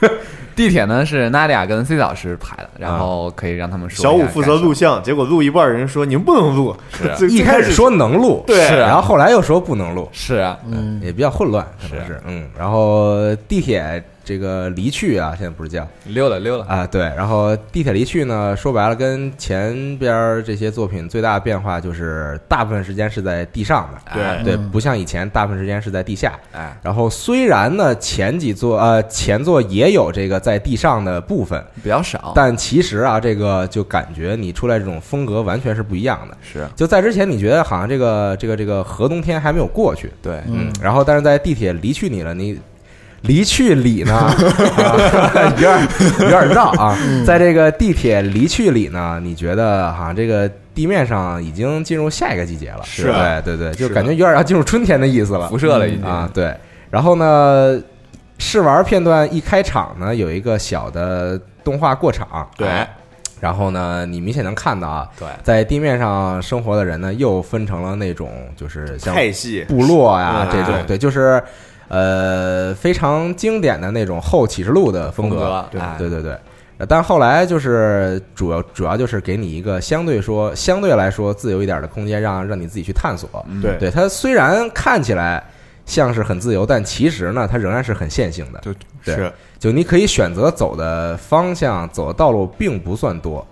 S2: 地铁呢是 Nadia 跟 C 老师排的，
S1: 嗯
S2: 然后可以让他们说
S4: 小
S2: 一下
S4: 五负责
S2: 感受
S4: 录像，结果录一半儿人说你们不能录， 最
S1: 啊一
S4: 最
S1: 开
S4: 开
S1: 始说能录，
S4: 对
S1: 是然后后来又说不能录，
S2: 是啊，
S3: 嗯，
S1: 也比较混乱，可能是嗯。然后地铁这个离去啊，现在不是叫
S2: 溜了溜了，
S1: 啊，对。然后地铁离去呢，说白了跟前边儿这些作品最大的变化就是，大部分时间是在地上的。
S2: 哎
S4: 对
S1: 对，
S3: 嗯
S1: 不像以前大部分时间是在地下。
S2: 哎，
S1: 然后虽然呢前几座呃前座也有这个在地上的部分，
S2: 比较少，
S1: 但其实啊这个就感觉你出来这种风格完全是不一样的。
S2: 是
S1: 就在之前，你觉得好像这个这个这个河东天还没有过去，
S2: 对，
S1: 嗯，然后但是在地铁离去你了，你离去里呢， 啊有点有点绕啊，在这个地铁离去里呢，你觉得好像这个地面上已经进入下一个季节了，
S4: 是
S1: 对对对，就是
S4: 的
S1: 感觉有点要进入春天的意思了，
S2: 辐射了已经
S1: 啊，对。然后呢，试玩片段一开场呢，有一个小的动画过场，
S4: 对
S2: 哎
S1: 然后呢，你明显能看到啊，
S2: 对
S1: 在地面上生活的人呢，又分成了那种就是像
S4: 派系，
S1: 部落呀、
S4: 嗯
S1: 这种， 对，就是呃非常经典的那种后启示录的风
S2: 风
S1: 格
S2: 格，哎对
S1: 对对对。呃但后来就是主要主要就是给你一个相对说相对来说自由一点的空间，让让你自己去探索。
S2: 嗯
S4: 对
S1: 对它虽然看起来像是很自由，但其实呢，它仍然是很线性的。
S2: 就是
S1: 就你可以选择走的方向、走的道路并不算多，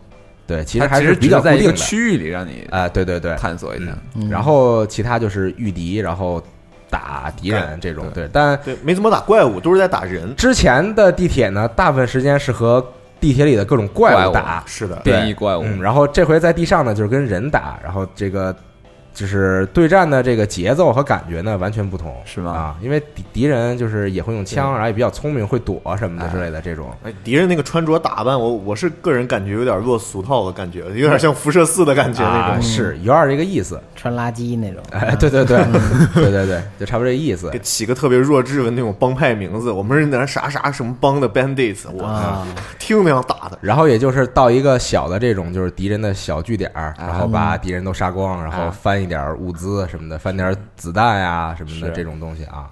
S1: 对，其实
S2: 它
S1: 还
S2: 其
S1: 是
S2: 实
S1: 比
S2: 只
S1: 较
S2: 是
S1: 固
S2: 在一
S1: 定
S2: 个
S1: 的。
S2: 区域里让你
S1: 啊、对对对，
S2: 探索一下，
S3: 嗯
S1: 然后其他就是御敌，然后打敌人这种。对，但
S4: 对，没怎么打怪物，都是在打人。
S1: 之前的地铁呢，大部分时间是和地铁里的各种怪物打，
S4: 啊是的，
S1: 对
S2: 变异怪物，
S1: 嗯，然后这回在地上呢，就是跟人打，然后这个就是对战的这个节奏和感觉呢完全不同，
S2: 是吗
S1: 啊，因为敌敌人就是也会用枪，然后也比较聪明，会躲什么的
S2: 哎
S1: 之类的这种。
S4: 哎，敌人那个穿着打扮，我我是个人感觉有点落俗套的感觉，有点像辐射四的感觉那
S1: 啊，
S4: 种，
S1: 是有点这个意思，
S3: 穿垃圾那种，
S1: 哎，对对对，对对对，就差不多这意思
S4: 给。起个特别弱智的那种帮派名字，我们是那啥啥什么帮的 Bandits，我、
S3: 啊
S4: 听那样打的，
S1: 然后也就是到一个小的这种就是敌人的小据点
S4: 啊
S1: 儿，然后把敌人都杀光，然后翻一点儿物资什么的，翻点儿子弹呀什么的
S2: 是
S1: 这种东西啊。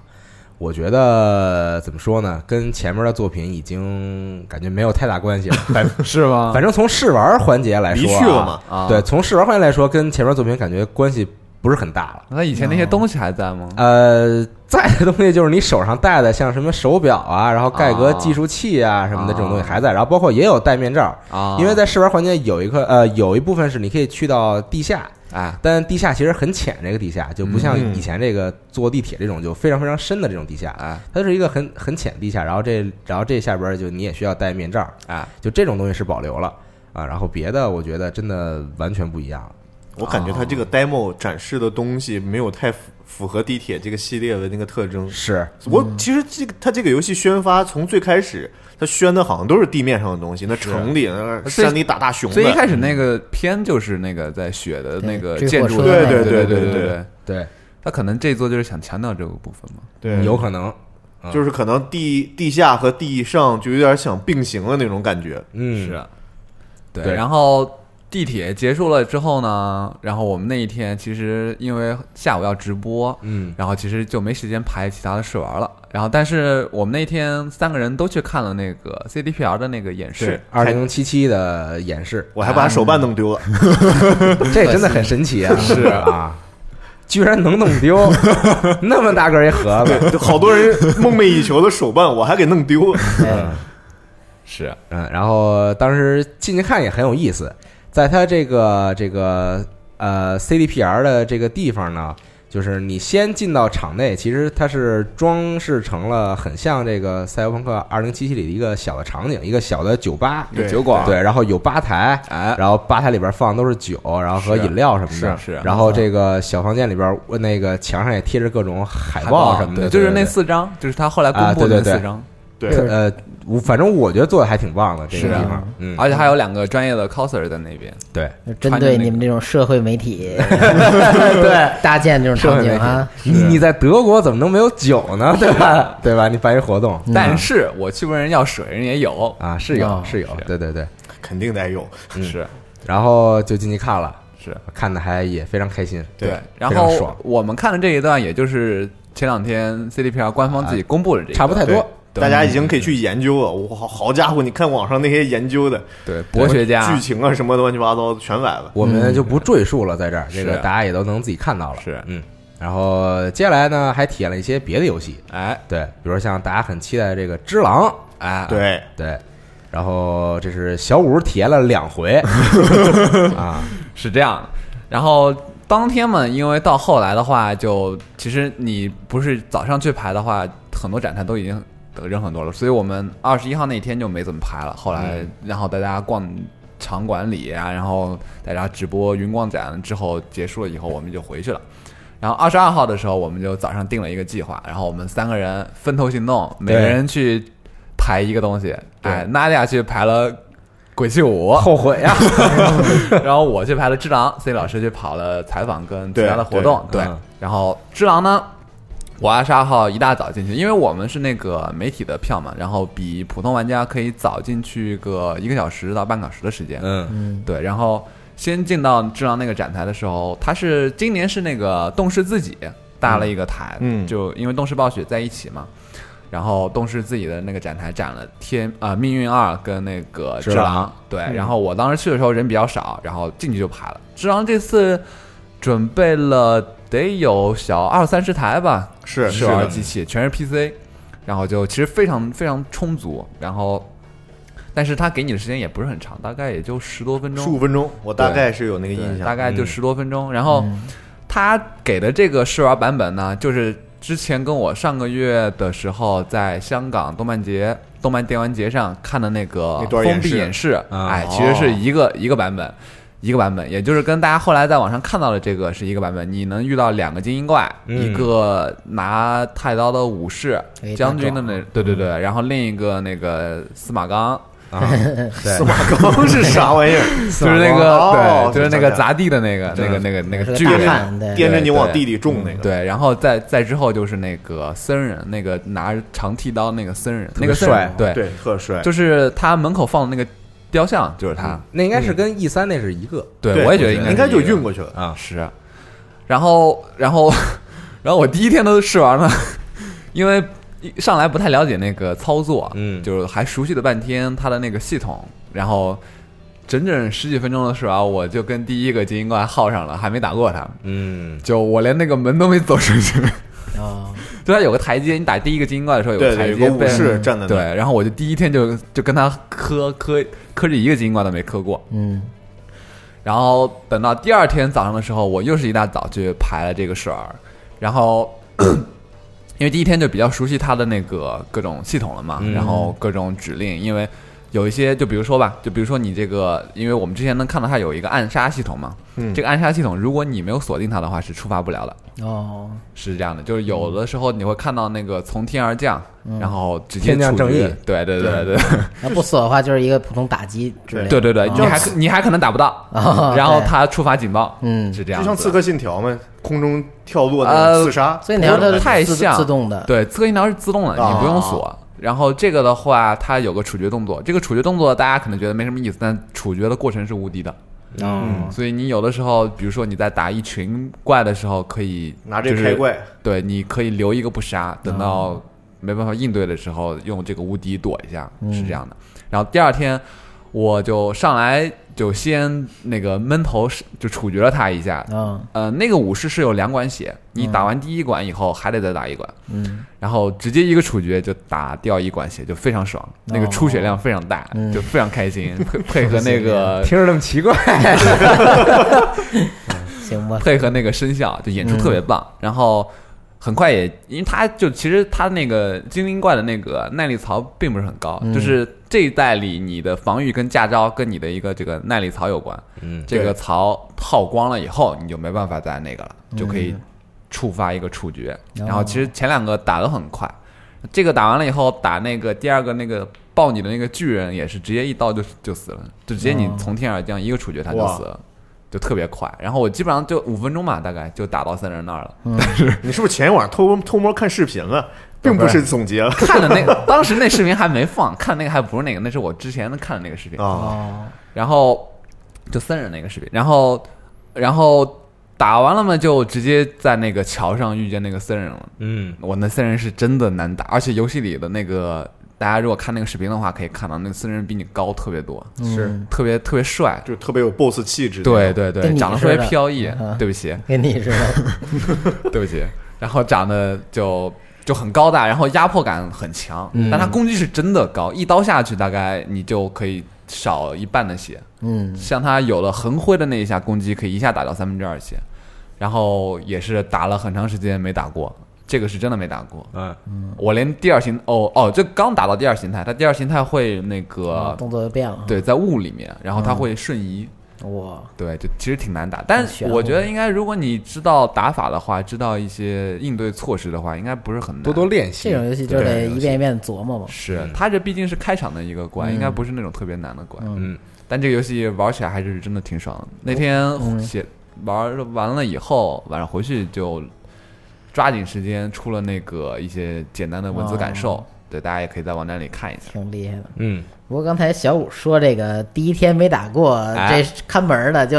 S1: 我觉得怎么说呢，跟前面的作品已经感觉没有太大关 系了。反
S2: 是吗？
S1: 反正从试玩环节来
S4: 离
S1: 说、啊，
S4: 去了嘛。
S2: 啊，
S1: 对，，从试玩环节来说，跟前面作品感觉关系不是很大了。
S2: 那以前那些东西还在吗？
S1: 呃，在的东西就是你手上戴的，像什么手表啊，然后盖革
S2: 啊
S1: 计数器啊什么的这种东西
S2: 啊
S1: 还在，然后包括也有戴面罩，
S2: 啊，
S1: 因为在试玩环节有一个呃有一部分是你可以去到地下，
S2: 哎，
S1: 但地下其实很浅，这个地下就不像
S4: 嗯
S1: 以前这个坐地铁这种就非常非常深的这种地下，
S2: 哎
S1: 它是一个很很浅地下，然后这然后这下边就你也需要戴面罩，
S2: 哎，
S1: 就这种东西是保留了啊，然后别的我觉得真的完全不一样了。
S4: 我感觉他这个 demo 展示的东西没有太符符合地铁这个系列的那个特征。
S1: 是，
S4: 我其实这个他这个游戏宣发从最开始，他宣的好像都是地面上的东西，那城里那
S2: 最
S4: 山里打大熊的，
S2: 最一开始那个片就是那个在雪的那个
S3: 对
S2: 建筑
S3: 追
S2: 的
S3: 火
S2: 那
S4: 车
S2: 个，
S4: 的那
S2: 对
S4: 个对
S2: 对
S4: 对
S2: 对，
S1: 对，
S2: 他可能这一座就是想强调这个部分嘛，
S4: 对
S1: 有可能，
S2: 嗯
S4: 就是可能地地下和地上就有点想并行的那种感觉。
S1: 嗯，
S2: 啊，对，
S1: 对
S2: 然后。地铁结束了之后呢，然后我们那一天其实因为下午要直播，
S1: 嗯，
S2: 然后其实就没时间排其他的试玩了。然后，但是我们那天三个人都去看了那个 CDPR 的那个演示
S4: 对，
S1: 二零七七的演 示，
S4: 我还把手办弄丢 了，
S1: 这真的很神奇啊！是啊， 居然能弄丢，那么大个儿一盒子，
S4: 就好多人梦寐以求的手办，我还给弄丢了。
S3: 哎
S2: 是
S1: 嗯，然后当时进去看也很有意思，在它这个这个呃 CDPR 的这个地方呢，就是你先进到场内，其实它是装饰成了很像这个《赛博朋克2077》里的一个小的场景，一个小的酒吧。
S4: 对
S2: 酒馆，
S1: 对，然后有吧台，
S2: 哎
S1: 然后吧台里边放的都是酒，然后和
S2: 是
S1: 饮料什么的，
S2: 是是啊嗯
S1: 然后这个小房间里边，呃那个墙上也贴着各种海
S2: 海
S1: 报什么的，
S2: 对就是
S1: 对
S2: 那
S1: 对
S2: 四张，就是他后来公
S1: 啊
S2: 布
S1: 对
S2: 的
S1: 对
S2: 那
S1: 对
S2: 四张，
S4: 对
S3: 对
S1: 呃，我反正我觉得做的还挺棒的这个
S2: 是
S1: 地
S2: 啊
S1: 方，嗯，
S2: 而且还有两个专业的 coser 在那边，
S1: 对，
S3: 针对你们这种社会媒体， 对搭建这种
S1: 社
S3: 场
S1: 会媒
S3: 景
S1: 体，
S3: 啊，
S1: 你你在德国怎么能没有酒 呢？对吧？对吧？你办一活动
S2: 但是我去问人要水，人也有，
S1: 嗯啊，嗯是有
S2: 哦
S3: 啊
S1: 是有，对对对，
S4: 肯定得有。
S2: 是
S1: 然后就进去看了，
S2: 是，
S1: 看的还也非常开心，
S4: 对
S2: 然
S1: 非常
S2: 后
S1: 爽
S2: 我们看的这一段，也就是前两天 CDPR 官方自己公布了这一段
S1: 啊差不太多，
S4: 大家已经可以去研究了。我好好家伙，你看网上那些研究的
S2: 对博学家
S4: 剧情啊，什么乱七八糟的全崴了。
S1: 我们就不赘述了，在这儿，这个
S2: 是啊
S1: 大家也都能自己看到了。
S2: 是
S1: 嗯。然后接下来呢，还体验了一些别的游戏，
S2: 哎
S1: 对，比如说像大家很期待的这个《只狼》，
S2: 哎
S4: 对，
S1: 对。然后这是小五体验了两回啊，
S2: 是这样的。然后当天嘛，因为到后来的话就，其实你不是早上去排的话，很多展台都已经得人很多了，所以我们二十一号那天就没怎么排了。后来，
S1: 嗯
S2: 然后大家逛场馆里啊，然后大家直播云逛展之后结束了以后，我们就回去了。然后二十二号的时候，我们就早上定了一个计划，然后我们三个人分头行动，每个
S1: 对
S2: 人去排一个东西。
S1: 对
S2: 哎，娜迪亚去排了鬼泣五，
S1: 后悔啊呀、
S2: 然后我去排了《只狼》，C 老师去跑了采访跟其他的活动，
S1: 对
S2: 对。
S1: 对嗯
S2: 然后《只狼》呢，我二十二号一大早进去，因为我们是那个媒体的票嘛，然后比普通玩家可以早进去个一个小时到半个小时的时间，
S1: 嗯，
S2: 对。然后先进到《只狼》那个展台的时候，它是今年是那个动视自己搭了一个台，
S4: 嗯嗯
S2: 就因为动视暴雪在一起嘛。然后动视自己的那个展台展了天啊、命运二跟那个
S1: 只
S2: 只
S1: 狼
S2: 狼，对。然后我当时去的时候人比较少，然后进去就排了。只狼这次准备了得有小二三十台吧，
S4: 是
S2: 试玩机器全是啊 PC，然后就其实非常非常充足。然后，但是他给你的时间也不是很长，大概也就十多分钟，
S4: 十五分钟，我大概是有那个
S2: 对
S4: 印象，
S2: 大概就
S1: 嗯
S2: 十多分钟。然后他给的这个试玩版本呢，就是之前跟我上个月的时候在香港动漫节、动漫电玩节上看的那个
S4: 那段演
S2: 封闭
S4: 示
S2: 演示，
S1: 啊
S2: 哎
S4: 哦，
S2: 其实是一个一个版本。一个版本，也就是跟大家后来在网上看到的这个是一个版本。你能遇到两个精英怪，
S1: 嗯
S2: 一个拿太刀的武士
S3: 哎
S2: 将军的
S3: 大
S2: 那，对对对，然后另一个那个司马刚，
S1: 啊，对
S4: 司，马光是啥玩意儿？
S2: 就是那
S4: 哦
S2: 个对，就是那个
S4: 想起来
S2: 砸地的那个那个那个那
S3: 是
S2: 个
S3: 个
S2: 巨
S3: 大
S2: 人，
S3: 汉，对，
S4: 掂着你往地里种那个，
S2: 对，然后再再之后就是那个僧人，那个拿着长剃刀那个僧人，那
S1: 别
S2: 个僧人
S1: 帅
S2: 对，
S4: 对，特帅。
S2: 就是他门口放的那个雕像，就是他。
S1: 啊那应该是跟 E 三那是一个
S2: 嗯对，我也觉得应该
S4: 应该
S2: 是
S4: 就
S2: 一个
S4: 运过去了。
S1: 啊，
S2: 是，然后然后 然后我第一天都试完了，因为一上来不太了解那个操作，
S1: 嗯
S2: 就是还熟悉了半天它的那个系统，然后整整十几分钟的试玩，我就跟第一个精英怪耗上了，还没打过他，
S1: 嗯，
S2: 就我连那个门都没走出去。
S3: 啊，
S2: 就它有个台阶，你打第一个精英怪的时候有
S4: 对
S2: 个啊
S4: 对，
S2: 台
S4: 有个
S2: 阶
S4: 武
S2: 被。
S4: 士站在那
S2: 对
S4: 儿，，
S2: 然后我就第一天就就跟他磕磕磕着一个精英怪都没磕过，
S3: 嗯，
S2: 然后等到第二天早上的时候，我又是一大早去排了这个试玩，然后 因为第一天就比较熟悉它的那个各种系统了嘛，
S1: 嗯
S2: 然后各种指令，因为有一些就比如说吧，就比如说你这个，因为我们之前能看到它有一个暗杀系统嘛，
S4: 嗯
S2: 这个暗杀系统如果你没有锁定它的话是触发不了的，
S3: 哦，
S2: 是这样的，就是有的时候你会看到那个从天而降，然后直接
S1: 天降
S2: 处
S1: 正义
S2: 决对对对对
S3: 那不锁的话就是一个普通打击之类的，
S2: 对对对，
S3: 啊
S2: 你还可你还可能打不到，
S3: 啊
S2: 然后
S3: 对
S2: 它触发警报，
S3: 嗯
S2: 是这样
S4: 就
S2: 子的，
S4: 像《刺客信条》嘛，空中跳落那种刺杀，
S3: 呃所以你要
S2: 不
S3: 是
S2: 太
S3: 自
S2: 像
S3: 自动的，
S2: 对，刺客信条是自动的，你不用锁。然后这个的话，它有个处决动作，这个处决动作大家可能觉得没什么意思，但处决的过程是无敌的。
S3: 哦，
S2: 所以你有的时候，比如说你在打一群怪的时候，可以
S4: 拿这
S2: 就
S4: 个
S2: 是
S4: 开怪，
S2: 对，你可以留一个不杀，
S3: 嗯
S2: 等到没办法应对的时候，用这个无敌躲一下，
S3: 嗯
S2: 是这样的。然后第二天我就上来就先那个闷头是就处决了他一下，
S3: 嗯
S2: 呃，那个武士是有两管血，你打完第一管以后还得再打一管，
S3: 嗯，
S2: 然后直接一个处决就打掉一管血，就非常爽，那个出血量非常大，
S3: 哦嗯
S2: 就非常开心，配配合 那个
S1: 嗯听着那么奇怪，
S3: 行吧，
S2: 配合那个声效，就演出特别棒。然后很快也，因为他就其实他那个精灵怪的那个耐力槽并不是很高，
S3: 嗯
S2: 就是这一代里你的防御跟驾招跟你的一个这个耐力槽有关。
S1: 嗯
S2: 这个槽耗光了以后，你就没办法再那个了，就可以触发一个处决。
S3: 嗯哦
S2: 然后其实前两个打得很快，这个打完了以后，打那个第二个那个抱你的那个巨人也是直接一刀就就死了，就直接你
S3: 哦
S2: 从天而降一个处决他就死了。就特别快，然后我基本上就五分钟吧，大概就打到三人那 儿了。
S4: 你是不是前一晚上偷偷摸看视频了，并不是总结了
S2: 看的那个，当时那视频还没放，看那个还不是那个，那是我之前看的那个视频。
S4: 啊？
S3: 哦，
S2: 然后就僧人那个视频，然后然后打完了嘛，就直接在那个桥上遇见那个僧人了。
S1: 嗯，
S2: 我那僧人是真的难打，而且游戏里的那个，大家如果看那个视频的话，可以看到那个僧人比你高特别多，
S3: 是
S2: 特别特别帅。
S4: 就特别有 BOSS 气质。
S2: 对，对
S3: 跟
S2: 对，
S3: 你
S2: 长得
S3: 似
S2: 特别
S3: 的
S2: 飘逸
S3: 嗯。
S2: 对不起，
S3: 跟你似的，
S2: 对不起。然后长得就就很高大，然后压迫感很强，
S3: 嗯
S2: 但他攻击是真的高，一刀下去大概你就可以少一半的血。
S3: 嗯，
S2: 像他有了横挥的那一下攻击，可以一下打掉三分之二血，然后也是打了很长时间没打过，这个是真的没打过。
S1: 嗯，
S2: 我连第二形哦哦，就刚打到第二形态，它第二形态会那个、
S3: 动作就变了，，
S2: 对在雾里面，然后它会瞬移，
S3: 哇，
S2: 对，就其实挺难打。但
S3: 很
S2: 是
S3: 玄乎
S2: 我觉得应该，如果你知道打法的话，知道一些应对措施的话，应该不是很难。
S1: 多多练习
S3: 这种游戏就得
S1: 对
S3: 一遍一遍琢磨嘛，
S2: 是
S1: 嗯
S2: 它这毕竟是开场的一个关，应该不是那种特别难的关。
S1: 嗯，
S2: 但这个游戏玩起来还是真的挺爽的。那
S1: 嗯
S2: 天写玩完了以后，晚上回去就抓紧时间出了那个一些简单的文字感受，对，大家也可以在网站里看一下。
S3: 挺厉害的。
S1: 嗯，
S3: 不过刚才小五说这个第一天没打过，
S2: 哎
S3: 这看门儿的就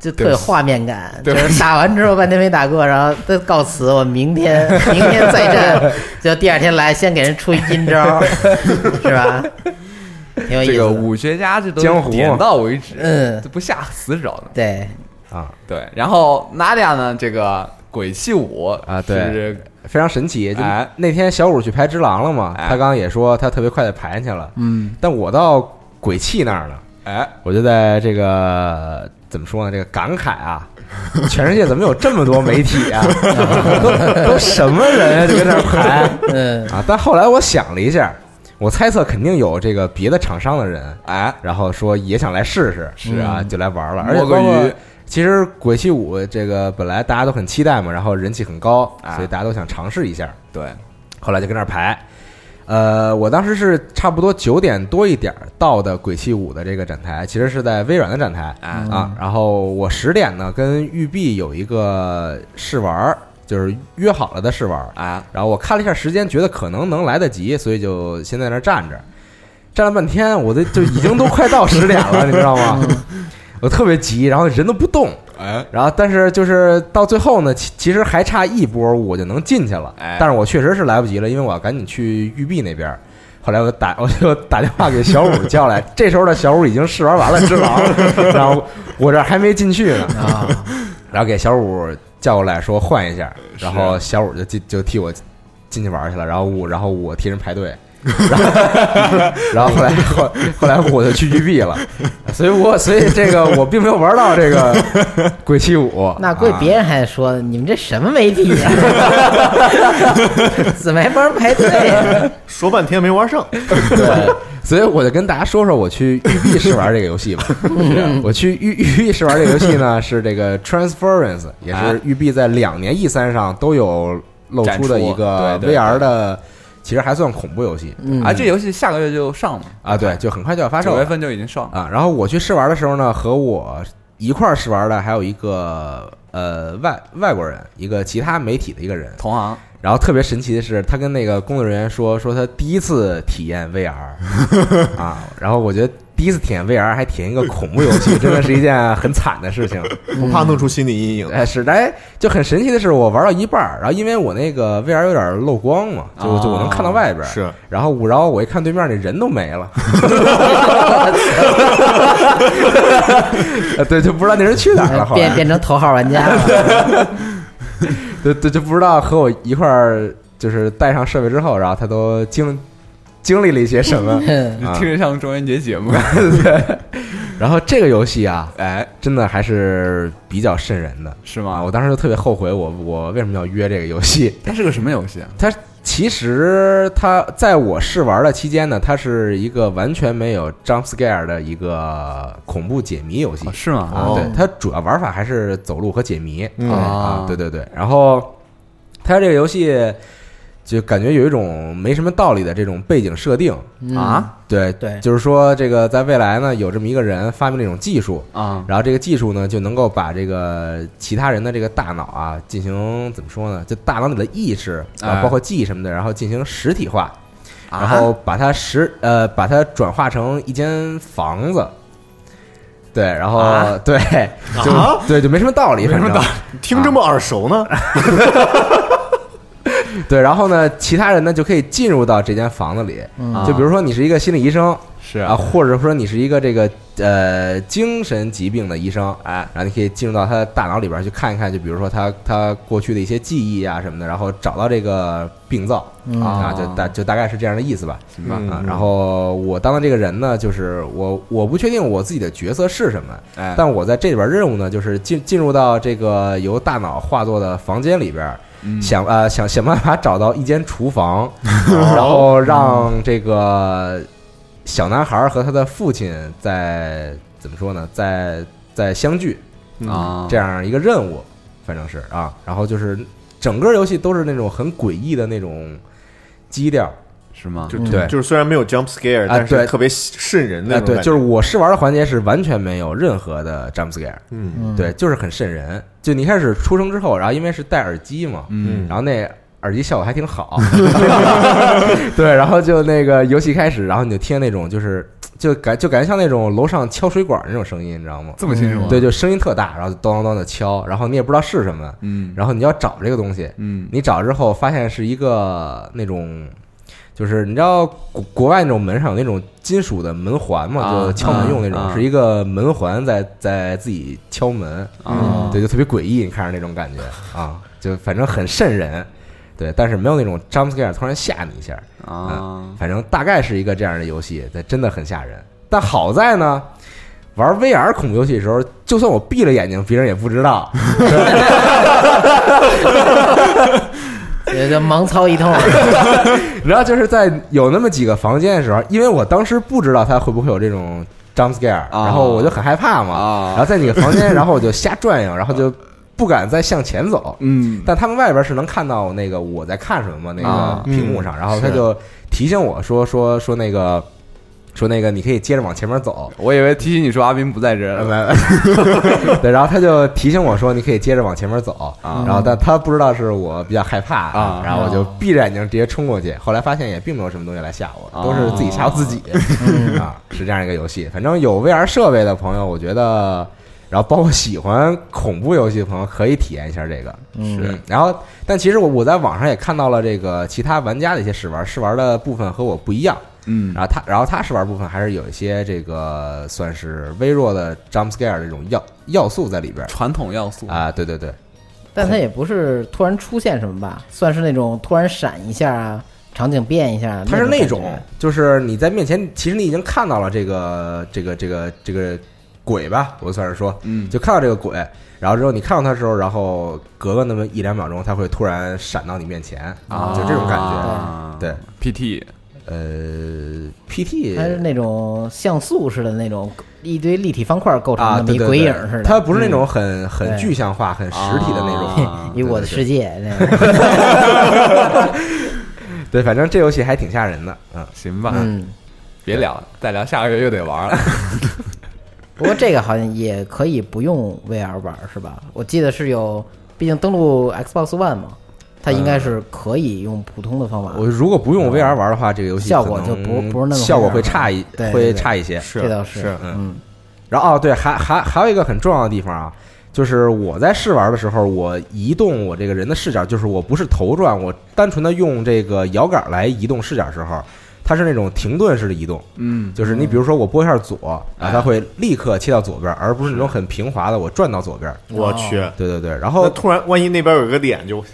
S3: 就特
S2: 对
S3: 有
S2: 不起
S3: 画面感，就
S2: 对不
S3: 是打完之后半天没打过，然后都告辞，我 明天明天再战，就第二天来先给人出一阴招，是吧？挺有意
S2: 这个
S3: 思的，
S2: 武学家这都
S1: 哎江湖嘛
S2: 点到为止，
S3: 嗯
S2: 这不下死手的。
S3: 对，
S1: 啊，
S2: 对，然后 Nadia 呢，这个鬼泣舞
S1: 啊对
S2: 是
S1: 非常神奇。就
S2: 哎
S1: 那天小五去排只狼了嘛，
S2: 哎
S1: 他刚刚也说他特别快的排上去了，
S2: 嗯，
S1: 但我到鬼泣那儿了，
S2: 哎，
S1: 我就在这个怎么说呢？这个感慨啊，全世界怎么有这么多媒体啊？ 都都什么人啊？就跟那儿排
S3: 嗯，
S1: 啊？但后来我想了一下，我猜测肯定有这个别的厂商的人，
S2: 哎，
S1: 然后说也想来试试，是啊，就来玩了。而且
S2: 嗯摸个
S1: 包括
S2: 鱼
S1: 其实《鬼泣五》这个本来大家都很期待嘛，然后人气很高，
S2: 啊
S1: 所以大家都想尝试一下。
S2: 对，
S1: 后来就跟那儿排。呃，我当时是差不多九点多一点儿到的《鬼泣五》的这个展台，其实是在微软的展台
S2: 哎，
S1: 啊。然后我十点呢跟育碧有一个试玩儿，就是约好了的试玩儿。
S2: 哎，
S1: 然后我看了一下时间，觉得可能能来得及，所以就先在那儿站着，站了半天，我这就已经都快到十点了，你知道吗？我特别急，然后人都不动，
S2: 哎，
S1: 然后但是就是到最后呢，其其实还差一波我就能进去了
S2: 哎，
S1: 但是我确实是来不及了，因为我要赶紧去育碧那边。后来我打 我就打电话给小五叫来，这时候的小五已经试玩完了只狼，然后我这还没进去呢，
S3: 啊，
S1: 然后给小五叫过来说换一下，然后小五就进就替我进去玩去了，然后我然后我替人排队， 然后然后后来后后来我就去育碧了，所以我所以这个我并没有玩到这个鬼泣五，
S3: 那估计
S1: 啊
S3: 别人还说你们这什么媒体 啊，怎么还帮人 排队？
S4: 说半天没玩上，
S1: 对， 所以我就跟大家说说我去育碧试玩这个游戏 吧。
S2: 啊
S1: 我去育育碧试玩这个游戏呢，是这个 Transference，也
S2: 啊
S1: 是育碧在两年 E 三上都有露出的一个
S2: 展出对对
S1: VR 的，其实还算恐怖游戏
S3: 嗯
S2: 啊，这游戏下个月就上了
S1: 啊，对，，就很快就要发售
S2: 九月
S1: 了
S2: 份就已经上了，
S1: 啊。然后我去试玩的时候呢，和我一块儿试玩的还有一个呃外外国人，一个其他媒体的一个人。
S2: 同行
S1: 然后特别神奇的是，他跟那个工作人员说，说他第一次体验 VR 啊，然后我觉得第一次体验 VR 还体验一个恐怖游戏，真的是一件很惨的事情。
S4: 不怕弄出心理阴影。
S1: 嗯哎，是，哎，就很神奇的是，我玩到一半儿，然后因为我那个 VR 有点漏光嘛，就就我能看到外边儿，
S4: 是，
S1: 然后我然后我一看对面那人都没了， 呃对，就不知道那人去哪儿了，后来
S3: 变变成头号玩家 了，
S1: 对对，就不知道和我一块儿就是带上设备之后，然后他都经经历了一些什 么。
S3: 嗯
S1: 啊
S2: 听着像中元节节目，
S1: 然后这个游戏啊，
S2: 哎，
S1: 真的还是比较瘆人的
S2: 是
S1: 啊！
S2: 吗
S1: 我？当时就特别后悔我，我为什么要约这个游戏？
S2: 它是个什么游戏啊？
S1: 它其实它在我试玩的期间呢，它是一个完全没有 jump scare 的一个恐怖解谜游戏
S2: 哦。是吗？
S1: 啊，
S4: 哦
S1: 对，它主要玩法还是走路和解谜。
S4: 嗯
S1: 啊，对对对，然后它这个游戏就感觉有一种没什么道理的这种背景设定，
S3: 嗯哦
S2: 啊
S1: 对
S3: 对
S1: 就是说这个在未来呢，有这么一个人发明了一种技术，
S2: 啊
S1: 然后这个技术呢就能够把这个其他人的这个大脑啊进行怎么说呢，就大脑里的意识啊，
S2: 哎
S1: 包括记忆什么的，然后进行实体化，
S2: 啊
S1: 然后把它实呃把它转化成一间房子。对，然后、
S3: 啊
S1: 对就、
S4: 啊
S1: 对就没什么道理，
S4: 没什么
S1: 反正
S4: 大，听这么耳熟呢？
S1: 啊对，然后呢，其他人呢就可以进入到这间房子里。
S3: 嗯
S1: 就比如说你是一个心理医生
S2: 啊是
S1: 啊，，或者说你是一个这个呃精神疾病的医生，
S2: 哎，
S1: 然后你可以进入到他的大脑里边去看一看，就比如说他他过去的一些记忆啊什么的，然后找到这个病灶
S3: 嗯
S1: 啊，
S2: 哦
S1: 就大就大概是这样的意思吧。
S2: 明
S4: 嗯
S2: 白，
S1: 啊，然后我当的这个人呢，就是我我不确定我自己的角色是什么，
S2: 哎，
S1: 但我在这里边任务呢，就是进进入到这个由大脑化作的房间里边，
S2: 嗯
S1: 想呃想想办法找到一间厨 房，然后
S4: 哦
S1: 让这个小男孩和他的父亲在怎么说呢，在在相聚
S4: 哦
S2: 啊，
S1: 这样一个任务，反正是啊，然后就是整个游戏都是那种很诡异的那种基调。
S2: 是吗？
S4: 就
S3: 嗯
S1: 对啊
S4: 就是虽然没有 jump scare，但
S1: 对
S4: 是特别瘆人的
S1: 啊，
S4: 那种
S1: 对，
S4: 感觉。
S1: 就是我试玩的环节是完全没有任何的 jump scare，
S4: 嗯
S3: 嗯
S1: 对，就是很瘆人。就你一开始出生之后，然后因为是戴耳机嘛，
S2: 嗯，
S1: 然后那耳机效果还挺好，对，然后就那个游戏开始，然后你就听那种就是就感就感觉像那种楼上敲水管那种声音，你知道吗？
S2: 这么清楚？啊
S1: 对，，就声音特大，然后咚咚咚的敲，然后你也不知道是什么，
S2: 嗯，
S1: 然后你要找这个东西，
S2: 嗯，
S1: 你找之后发现是一个那种，就是你知道国国外那种门上有那种金属的门环嘛，
S2: 啊
S1: 就敲门用那种，
S2: 啊啊
S1: 是一个门环在在自己敲门，
S2: 啊，
S1: 对，就特别诡异，你看着那种感觉啊，就反正很瘆人，对，但是没有那种 jump scare 突然吓你一下，
S2: 啊，
S1: 反正大概是一个这样的游戏，但真的很吓人。但好在呢，玩 VR 恐怖游戏的时候，就算我闭了眼睛，别人也不知道。
S3: 也就盲操一通，啊
S1: 然后就是在有那么几个房间的时候，因为我当时不知道它会不会有这种 jump scare，、
S2: 啊
S1: 然后我就很害怕嘛。
S2: 啊
S1: 然后在几个房间，然后我就瞎转悠，然后就不敢再向前走。
S2: 嗯，
S1: 但他们外边是能看到那个我在看什么嘛，那
S2: 啊
S1: 个屏幕上，然后他
S4: 是
S1: 就提醒我说说说那个说那个你可以接着往前面走。
S2: 我以为提醒你说阿斌不在这儿，
S1: 对，然后他就提醒我说：“你可以接着往前面走。”
S2: 啊
S1: 然后但他不知道是我比较害怕
S2: 啊
S1: 然后我就闭着眼睛直接冲过去。后来发现也并没有什么东西来吓我，都是自己吓唬自己啊，是这样一个游戏。反正有 VR 设备的朋友，我觉得，然后包括喜欢恐怖游戏的朋友，可以体验一下这个。
S3: 是
S1: 嗯，然后但其实我我在网上也看到了这个其他玩家的一些试玩，试玩的部分和我不一样。
S2: 嗯，
S1: 然后他，然后他试玩部分还是有一些这个算是微弱的 jump scare 这种要要素在里边儿
S2: 传统要素，
S1: 啊，对对对，
S3: 但它也不是突然出现什么吧，算是那种突然闪一下啊，场景变一下啊，
S1: 它是那
S3: 那
S1: 种
S3: 感觉
S1: 就是你在面前，其实你已经看到了这个这个这个这个鬼吧，我算是说，
S2: 嗯，
S1: 就看到这个鬼，然后之后你看到它的时候，然后隔个那么一两秒钟，它会突然闪到你面前，
S2: 啊，
S1: 就这种感觉。对
S2: ，PT
S1: 呃
S3: 它啊是
S1: ，PT
S3: 那种像素似的那种一堆立体方块构成
S1: 啊，
S3: 的，
S1: 对
S3: 一
S1: 对
S3: 鬼
S1: 对
S3: 影似的。嗯
S1: 它不是那种很很
S3: 对啊
S1: 具象化、很实体的那种。
S2: 种
S3: 嗯以我的
S1: 对对对
S3: 世界 那样，
S1: 对，反正这游戏还挺吓人的，嗯。
S2: 行吧，
S3: 嗯。
S2: 别聊了，再聊下个月又得玩了。
S3: 不过这个好像也可以不用 VR 玩儿是吧？我记得是有，毕竟登录 Xbox One 嘛，它应该是可以用普通的方
S4: 嗯
S3: 法。
S1: 我如果不用 VR 玩的话，这个游戏
S3: 效果
S1: 可能嗯
S3: 就不不是那么回事儿
S1: 效果会差一
S3: 对对
S1: 会
S3: 对
S1: 差一些。
S4: 是啊
S3: 这倒
S4: 是
S3: 嗯
S1: 然后哦，对，还还还有一个很重要的地方啊，就是我在试玩的时候，我移动我这个人的视角，就是我不是头转，我单纯的用这个摇杆来移动视角的时候，它是那种停顿式的移动，
S2: 嗯，
S1: 就是你比如说我拨一下左，然后
S2: 哎
S1: 它会立刻切到左边，而不是那种很平滑的我转到左边。
S4: 我去，
S1: 对对哦对，然后
S4: 那突然万一那边有个点就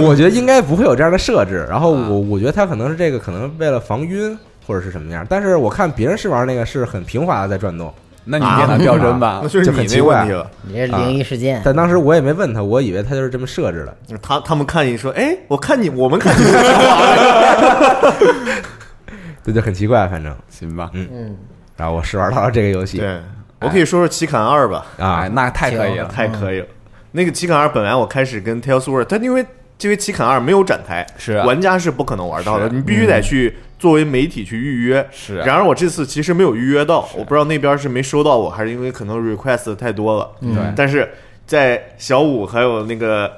S1: 我觉得应该不会有这样的设置。然后我我觉得他可能是这个，可能为了防晕或者是什么样。但是我看别人试玩那个是很平滑的在转动，
S2: 那你电脑标准版
S4: 啊那就
S1: 啊
S4: 是
S1: 就很
S4: 你
S1: 奇
S4: 那
S1: 怪
S4: 问题了。
S3: 你嗯这是灵异事件，
S4: 啊
S1: 但当时我也没问他，我以为他就是这么设置的。
S4: 他他们看你说，哎，我看你，我们 看你，
S1: 对，就很奇怪，反正。
S2: 行吧？
S3: 嗯，
S1: 然后我试玩到了这个游戏
S4: 对我可以说说《奇坎二》吧，
S1: 啊
S2: 哎，，那太可以了，
S4: 太可以了。那个《奇坎二》本来我开始跟《Tales of War》，但因为因为《奇坎二》没有展台，
S2: 是啊
S4: 玩家是不可能玩到的，
S2: 是啊
S4: 你必须得去作为媒体去预约。
S2: 是啊
S4: 然而我这次其实没有预约到，我不知道那边是没收到我，还是因为可能 request 太多了。
S3: 嗯
S2: 对
S4: 但是在小五还有那个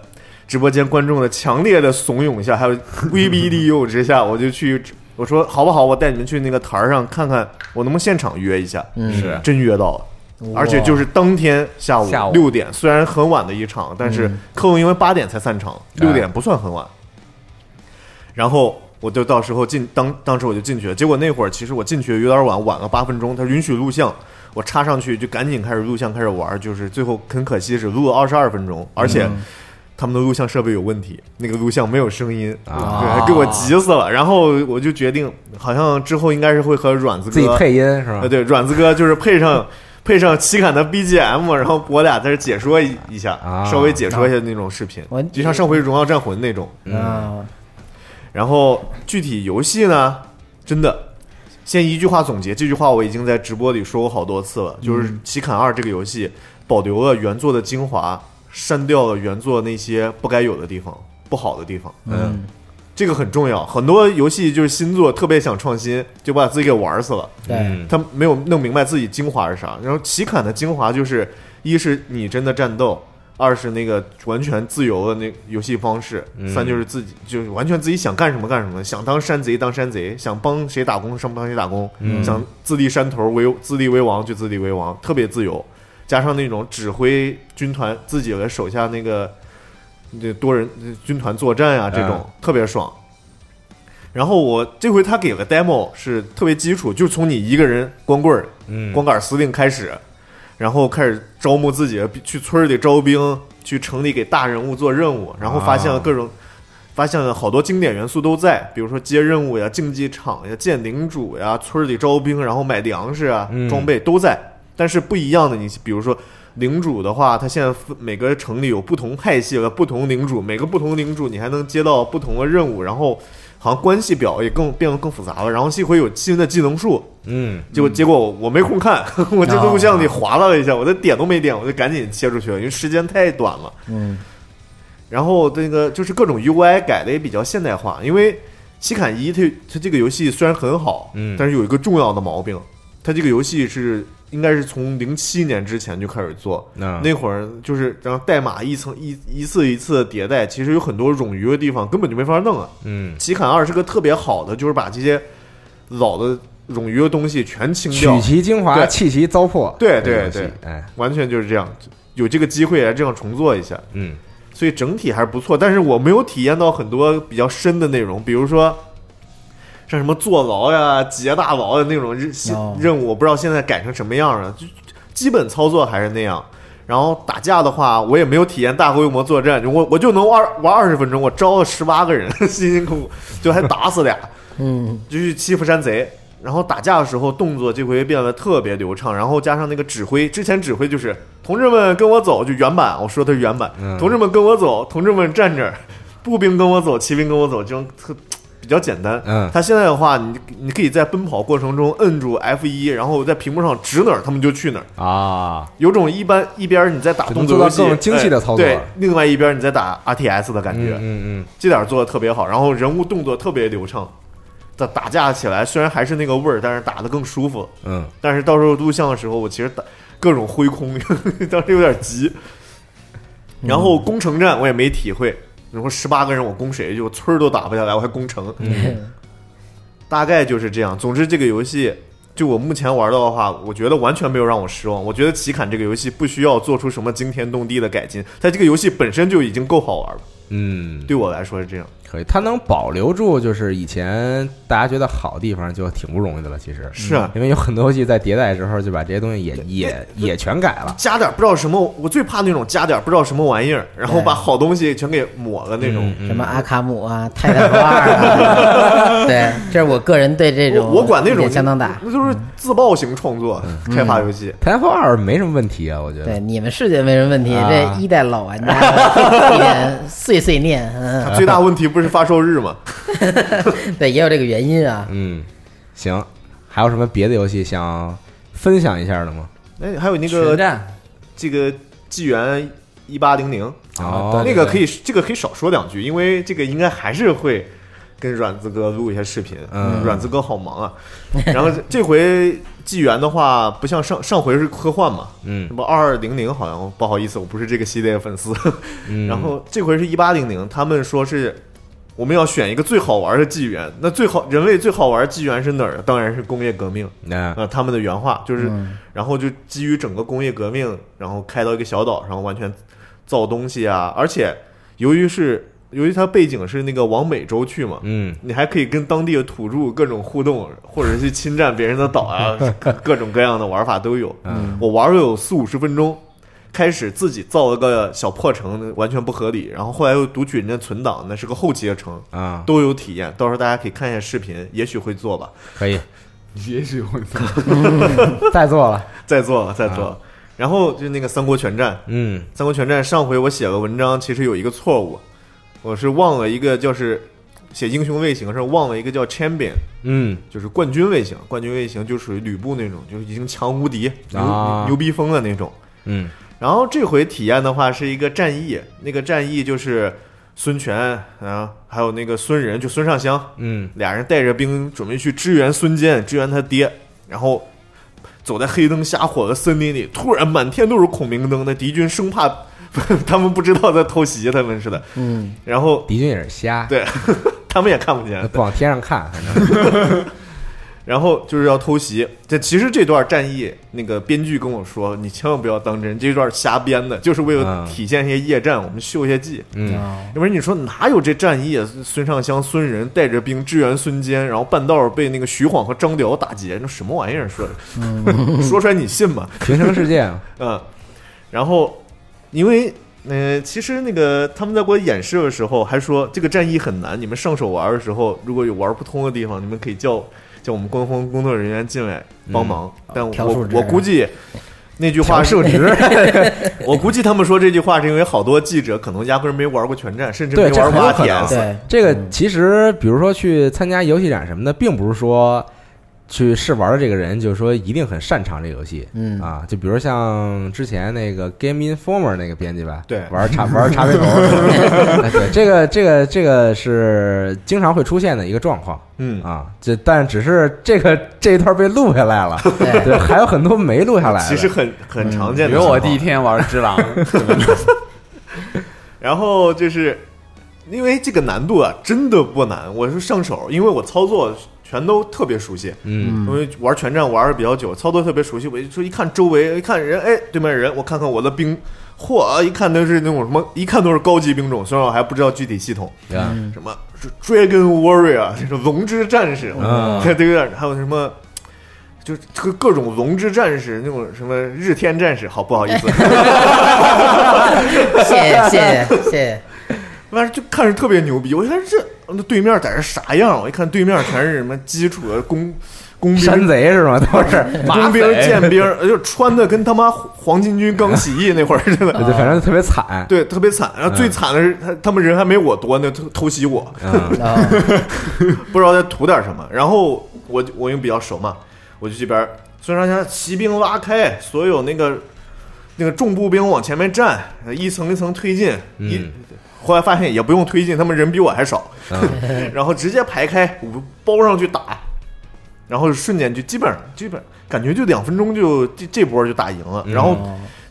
S4: 直播间观众的强烈的怂恿下，还有 VBDU 之下，我就去我说好不好？我带你们去那个台儿上看看，我能不能现场约一下？
S3: 嗯
S2: 是啊
S4: 真约到了。而且就是当天下午
S2: 下午
S4: 六点，虽然很晚的一场，但
S1: 嗯
S4: 是客户因为八点才散场，
S2: 哎
S4: 六点不算很晚。然后我就到时候进当当时我就进去了，结果那会儿其实我进去有点晚，晚了八分钟，他允许录像，我插上去就赶紧开始录像开始玩，就是最后很可惜只录了二十二分钟，而且。
S1: 嗯
S4: 他们的录像设备有问题，那个录像没有声音，
S1: 啊
S4: 对，给我急死了。然后我就决定，好像之后应该是会和阮子哥
S1: 自己配音是吧
S4: 呃，？对，阮子哥就是配上配上凄惨的 BGM，然后我俩在这解说一一下，
S1: 啊
S4: 稍微解说一下那种视频
S3: 我，
S4: 就像上回《荣耀战魂》那种。
S3: 啊，
S4: 然后具体游戏呢，真的。先一句话总结，这句话我已经在直播里说过好多次了，就是《奇砍二》这个游戏保留了原作的精华，删掉了原作那些不该有的地方、不好的地方。
S1: 嗯，
S4: 这个很重要。很多游戏就是新作特别想创新，就把自己给玩死了。
S3: 对，
S1: 嗯
S4: 他没有弄明白自己精华是啥。然后奇坎的精华就是，一是拟真的战斗，二是那个完全自由的那游戏方式，
S1: 嗯
S4: 三就是自己就是完全自己想干什么干什么，想当山贼当山贼，想帮谁打工上帮谁打工，
S1: 嗯
S4: 想自立山头为自立为王就自立为王，特别自由。加上那种指挥军团自己的手下那个这多人军团作战啊，这种、
S1: 嗯
S4: 特别爽。然后我这回他给了 demo 是特别基础，就从你一个人光棍儿、
S1: 嗯
S4: 光杆司令开始，然后开始招募自己的去村儿里招兵，去城里给大人物做任务，然后发现
S1: 啊
S4: 了各种，发现了好多经典元素都在，比如说接任务呀、竞技场呀、见领主呀、村儿里招兵，然后买粮食啊、
S1: 嗯
S4: 装备都在。但是不一样的，你比如说领主的话，它现在分每个城里有不同派系和不同领主，每个不同领主你还能接到不同的任务，然后好像关系表也更变得更复杂了。然后这回有新的技能树，
S1: 嗯啊
S4: 结果结果我没空看， 我就在录像里划拉了一下，我的点都没点，我就赶紧切出去了，因为时间太短了。
S3: 嗯，
S4: 然后那个就是各种 UI 改的也比较现代化，因为《奇坎一》它它这个游戏虽然很好，
S1: 嗯
S4: 但是有一个重要的毛病，它这个游戏是应该是从零七年之前就开始做，
S1: 那
S4: 那会儿就是然后代码一层一一次一次迭代，其实有很多冗余的地方根本就没法弄啊。
S1: 嗯
S4: 《奇坎二》是个特别好的，就是把这些老的冗余的东西全清掉
S1: 取，其精华，
S4: 对
S1: 弃其糟粕，
S4: 对
S1: 这个
S4: 对
S1: 游戏
S4: 对，
S1: 哎，
S4: 完全就是这样。有这个机会来这样重做一下，
S1: 嗯
S4: 所以整体还是不错。但是我没有体验到很多比较深的内容，比如说像什么坐牢呀、劫大牢的那种任
S3: 哦
S4: 任务，我不知道现在改成什么样了。就基本操作还是那样。然后打架的话，我也没有体验大规模作战，就我我就能玩玩二十分钟，我招了十八个人， 辛辛苦苦，就还打死俩。
S3: 嗯，
S4: 就去欺负山贼。然后打架的时候动作这回变得特别流畅，然后加上那个指挥，之前指挥就是同志们跟我走，就原版，我说的是原版，
S1: 嗯
S4: 同志们跟我走，同志们站这儿， 步兵跟我走，骑兵跟我走，这种特比较简单。
S1: 嗯
S4: 他现在的话，你你可以在奔跑过程中摁住 F 一，然后在屏幕上指哪儿他们就去哪儿，
S1: 啊，
S4: 有种一般一边儿你在打
S1: 就能
S4: 动作
S1: 做到
S4: 游戏
S1: 更精细的
S4: 哎
S1: 操作
S4: 对，另外一边儿你在打 RTS 的感觉，
S1: 嗯嗯
S4: 这点儿做的特别好，然后人物动作特别流畅，打打架起来虽然还是那个味儿，但是打的更舒服。
S1: 嗯
S4: 但是到时候录像的时候，我其实打各种挥空， 当时有点急。然后攻城战我也没体会，你说十八个人我攻谁就村儿都打不下来，我还攻城，
S3: 嗯
S4: 嗯大概就是这样。总之这个游戏。就我目前玩到的话，我觉得完全没有让我失望。我觉得《奇坎》这个游戏不需要做出什么惊天动地的改进，它这个游戏本身就已经够好玩了。
S1: 嗯，
S4: 对我来说是这样。
S1: 可以，它能保留住就是以前大家觉得好地方，就挺不容易的了。其实嗯
S4: 是啊
S1: 因为有很多游戏在迭代之后就把这些东西也也也全改了。
S4: 加点儿不知道什么，我最怕那种加点儿不知道什么玩意儿，然后把好东西全给抹了那种。
S1: 嗯
S3: 什么阿卡姆啊，泰坦二啊，对，这是我个人对这种
S4: 我我管那
S3: 意
S4: 种
S3: 见相当大。嗯
S4: 那就是自爆型创作、开发游戏。
S1: Titanfall 二没什么问题啊，我觉
S3: 对，
S1: 得。
S3: 你们世界没什么问题，
S1: 啊
S3: 这一代老玩家 一脸碎碎念，
S4: 它
S3: 嗯，
S4: 最大问题不是发售日 吗？
S3: 对，也有这个原因啊。
S1: 嗯，行，还有什么别的游戏想分享一下的吗？
S4: 哎，还有那
S3: 嗯
S2: 全
S4: 个
S2: 站
S4: 这个纪元一八零零，
S1: 哦，
S4: 那个可以，这个可以少说两句，因为这个应该还是会跟阮子哥录一下视频。
S1: 嗯
S4: 阮子哥好忙啊。然后这回纪元的话，不像上上回是科幻嘛，
S1: 嗯
S4: 什么二二零零好像，不好意思，我不是这个系列的粉丝。
S1: 嗯，
S4: 然后这回是一八零零，他们说是我们要选一个最好玩的纪元，那最好人类最好玩的纪元是哪儿？当然是工业革命。
S1: 那
S4: 呃，他们的原话就是，
S3: 嗯
S4: 然后就基于整个工业革命，然后开到一个小岛上，完全造东西啊。而且由于是由于它背景是那个往美洲去嘛，
S1: 嗯，
S4: 你还可以跟当地的土著各种互动，或者去侵占别人的岛啊，各各种各样的玩法都有。
S1: 嗯
S4: 我玩了有四五十分钟，开始自己造了个小破城，完全不合理。然后后来又读取人家存档，那是个后期的城，
S1: 啊，
S4: 都有体验。到时候大家可以看一下视频，也许会做吧。
S1: 可以
S2: 也许会做
S3: 再做了，
S4: 再做了，再做了。然后就那个《三国全战》，《
S1: 嗯
S4: 三国全战》上回我写了文章，其实有一个错误，我是忘了一个，就是写英雄类型的时候忘了一个叫 champion，
S1: 嗯
S4: 就是冠军类型。冠军类型就属于吕布那种，就是已经强无敌、牛、
S1: 啊
S4: 牛逼疯了那种。
S1: 嗯
S4: 然后这回体验的话是一个战役，那个战役就是孙权啊，还有那个孙仁，就孙尚香，
S1: 嗯
S4: 俩人带着兵准备去支援孙坚，支援他爹，然后走在黑灯瞎火的森林里，突然满天都是孔明灯，那敌军生怕 他们不知道在偷袭他们似的，
S3: 嗯，
S4: 然后
S1: 敌军也是瞎，
S4: 对他们也看不见，
S1: 不往天上看，反正
S4: 然后就是要偷袭。这其实这段战役，那个编剧跟我说，你千万不要当真，这段瞎编的，就是为了
S1: 嗯
S4: 体现一些夜战，我们秀一些技。
S1: 嗯
S3: 啊
S4: 要不然你说哪有这战役啊？孙尚香、孙仁带着兵支援孙坚，然后半道儿被那个徐晃和张辽打劫，那什么玩意儿说的？ 说出来你信吗？
S1: 平行世界，
S4: 嗯，然后因为呃，其实那个他们在给我演示的时候还说这个战役很难，你们上手玩的时候如果有玩不通的地方，你们可以叫叫我们官方工作人员进来帮忙。
S1: 嗯
S4: 但
S3: 调
S4: 我
S3: 数值
S4: 我估计那句
S1: 调
S4: 话是
S1: 数值，
S4: 我估计他们说这句话是因为好多记者可能压根儿没玩过全战，甚至
S1: 对
S4: 没
S1: 这
S4: 玩过
S1: 很有可能
S4: RTS。
S3: 对，
S1: 这
S4: 嗯
S1: 个其实，比如说去参加游戏展什么的，并不是说去试玩的这个人就是说一定很擅长这个游戏。
S3: 嗯
S1: 啊，就比如像之前那个 Game Informer 那个编辑吧，
S4: 对
S1: 玩 茶玩茶杯头，哎对，这个这个这个是经常会出现的一个状况
S4: 嗯
S1: 啊。这但只是这个这一段被录下 来了，
S3: 对
S1: 对，还有很多没录下来的。
S4: 其实很
S1: 嗯
S4: 很常见
S2: 比
S4: 的情
S2: 如
S4: 况。
S2: 我第一天玩只 狼，
S4: 然后就是因为这个难度啊，真的不难。我是上手，因为我操作全都特别熟悉，
S1: 嗯，
S4: 因为玩全战玩的比较久，操作特别熟悉。我一说一看周围，一看人，哎，对面人，我看看我的兵，嚯，一看都是那种什么， 一看都是高级兵种，虽然我还不知道具体系统，
S1: 对吧？
S4: 什么 Dragon Warrior，就是啊龙之战士，
S1: 嗯
S4: 对对对，还有什么。就是各各种龙之战士，那种什么日天战士，好不好意思，
S3: 谢谢谢谢谢谢，
S4: 完事就看着特别牛逼。我一看这那对面在这啥样？我一看对面全是什么基础的工工
S1: 山
S4: 兵、
S1: 贼是吗？都是，
S4: 工兵、剑兵，呃就穿的跟他妈黄巾军刚起义那会儿似的。
S1: 对，反正特别惨。
S4: 对，特别惨。然后最惨的是，他他们人还没我多呢，偷偷袭我，
S1: 嗯
S3: 啊，
S4: 不知道在图点什么。然后我我因为比较熟嘛，我就这边孙尚香骑兵拉开，所有那个那个重步兵往前面站，一层一层推进。一、
S1: 嗯
S4: 后来发现也不用推进，他们人比我还少。
S1: 嗯
S4: 然后直接排开，我包上去打，然后瞬间就基本上基本感觉就两分钟就这这波就打赢了。然后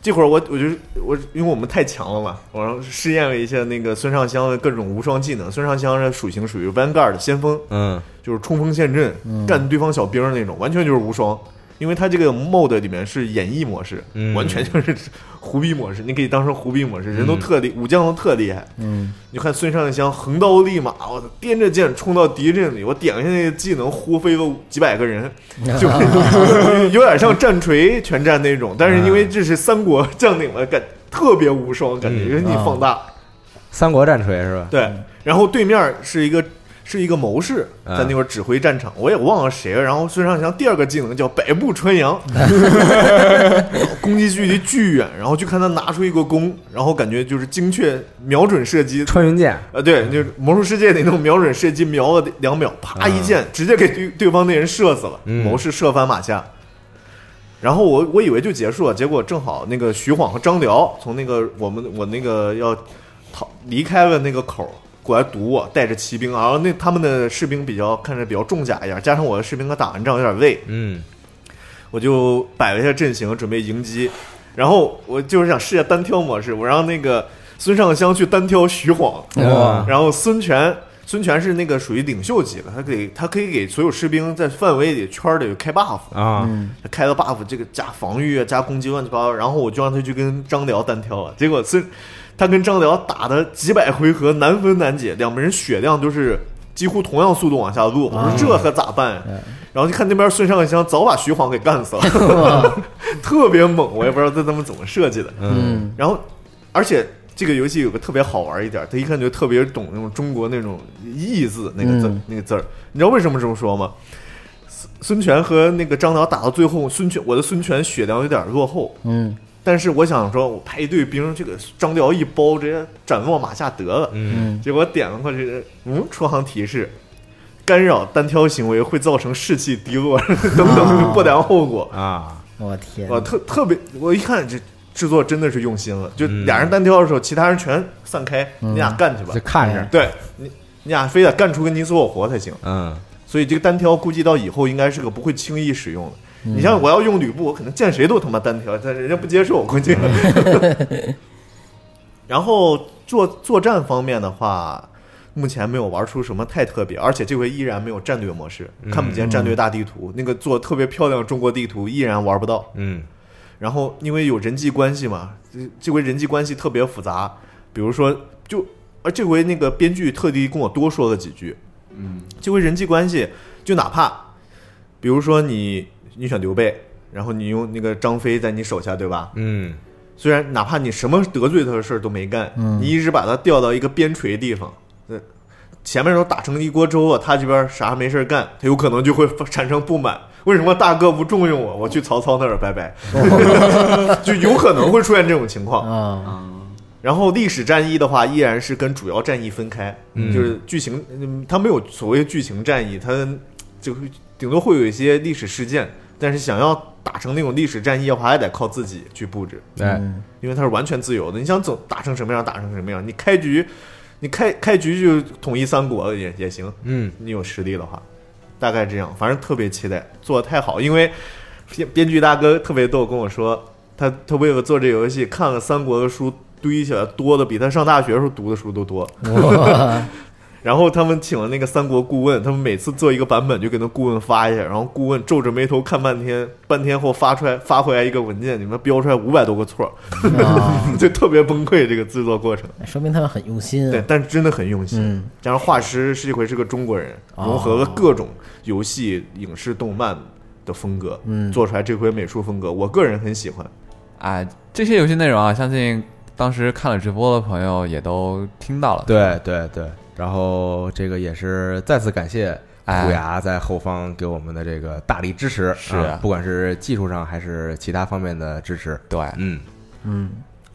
S4: 这会儿我我就我因为我们太强了嘛，我然后试验了一下那个孙尚香的各种无双技能。孙尚香的属性属于 Vanguard 先锋，
S1: 嗯
S4: 就是冲锋陷阵，干对方小兵儿那种，完全就是无双。因为它这个 mode 里面是演绎模式，
S1: 嗯
S4: 完全就是胡逼模式，你可以当成胡逼模式，人都特厉，武将都特厉害。
S3: 嗯，
S4: 你看孙尚香横刀立马，我操，掂着剑冲到敌阵里，我点一下那个技能，呼飞了几百个人，就 有点像战锤全战那种，但是因为这是三国 将领嘛，感特别无双，感觉
S1: 嗯
S4: 因为你放大，
S1: 三国战锤是吧？
S4: 对，然后对面是一个是一个谋士
S1: 嗯
S4: 在那块儿指挥战场，我也忘了谁了。然后孙尚香第二个技能叫百步 穿杨，攻击距离巨远，然后就看他拿出一个弓，然后感觉就是精确瞄准射击。
S1: 穿云箭，
S4: 呃，对，就是魔术世界那种瞄准射击，瞄了两秒，啪
S1: 嗯
S4: 一箭，直接给对对方那人射死了，
S1: 嗯
S4: 谋士射翻马下。然后我我以为就结束了，结果正好那个徐晃和张辽从那个我们我那个要逃离开了那个口儿过来堵我，带着骑兵，然后那他们的士兵比较看着比较重甲一点，加上我的士兵刚打完仗有点累，
S1: 嗯
S4: 我就摆了一下阵型，准备迎击。然后我就是想试下
S1: 嗯
S4: 单挑模式，我让那个孙尚香去单挑徐晃，
S1: 哇
S4: 然后孙权孙权是那个属于领袖级的，他给他可以给所有士兵在范围里圈儿里开 buff，
S1: 啊，
S4: 他开了 buff，这个加防御啊，加攻击乱七八糟，然后我就让他去跟张辽单挑啊，结果孙他跟张辽打的几百回合难分难解，两个人血量都是几乎同样速度往下落，我说这可咋办呀？然后就看那边孙尚香早把徐晃给干死了， 特别猛，我也不知道这他们怎么设计的。
S3: 嗯，
S4: 然后，而且这个游戏有个特别好玩一点，他一看就特别懂那种中国那种义字那个字、
S3: 嗯
S4: 那个字儿，你知道为什么这么说吗？孙孙权和那个张辽打到最后，孙权我的孙权血量有点落后，
S3: 嗯，
S4: 但是我想说，我派一队兵，这个张辽一包，直接斩落马下得了。
S1: 嗯，
S4: 结果点了过去，嗯，出行提示，干扰单挑行为会造成士气低落 等等不良后果。
S1: 啊，
S3: 我天，
S4: 我呃特特别，我一看这制作真的是用心了，就
S1: 嗯
S4: 俩人单挑的时候，其他人全散开，你俩干去吧
S1: 就。看着，
S4: 对你，你俩非得干出个你死我活才行。
S1: 嗯，
S4: 所以这个单挑估计到以后应该是个不会轻易使用的。你像我要用吕布，我可能见谁都他妈单挑，但是人家不接受，估计。 然后作作战方面的话，目前没有玩出什么太特别，而且这回依然没有战略模式，看不见战略大地图，那个做特别漂亮的中国地图依然玩不到。
S1: 嗯，
S4: 然后因为有人际关系嘛，这这回人际关系特别复杂，比如说就而这回那个编剧特地跟我多说了几句，嗯，这回人际关系就哪怕，比如说你你选刘备，然后你用那个张飞在你手下对吧？
S1: 嗯，
S4: 虽然哪怕你什么得罪他的事儿都没干，你一直把他调到一个边陲地方，呃前面都打成一锅粥了，他这边啥没事儿干，他有可能就会 发产生不满。为什么大哥不重用我？我去曹操那儿，拜 拜。就有可能会出现这种情况。
S3: 啊，
S4: 然后历史战役的话，依然是跟主要战役分开，就是剧情，嗯它没有所谓剧情战役，它就会顶多会有一些历史事件，但是想要打成那种历史战役的话，还得靠自己去布置，
S1: 对，
S3: 嗯
S4: 因为它是完全自由的，你想走打成什么样打成什么样，你开局，你开开局就统一三国也也行，
S1: 嗯，
S4: 你有实力的话，大概这样，反正特别期待，做的太好，因为编编剧大哥特别逗，跟我说，他他为了做这游戏，看了三国的书堆起来多的比他上大学时候读的书都多。
S3: 哇，
S4: 然后他们请了那个三国顾问，他们每次做一个版本就给那顾问发一下，然后顾问皱着眉头看半天，半天后发出来发回来一个文件，里面标出来五百多个错儿，
S3: 啊
S4: 就特别崩溃这个制作过程。
S3: 说明他们很用心
S4: 对
S3: 啊，，
S4: 但是真的很用心。
S3: 嗯
S4: 加上画师是这回是个中国人，
S3: 哦
S4: 融合了各种游戏、影视、动漫的风格，
S3: 嗯
S4: 做出来这回美术风格，我个人很喜欢。
S2: 啊，这些游戏内容啊，相信当时看了直播的朋友也都听到了。
S1: 对对对，然后这个也是再次感谢
S2: 哎
S1: 虎牙在后方给我们的这个大力支持，
S2: 是
S1: 啊不管是技术上还是其他方面的支持，
S2: 对，
S1: 嗯。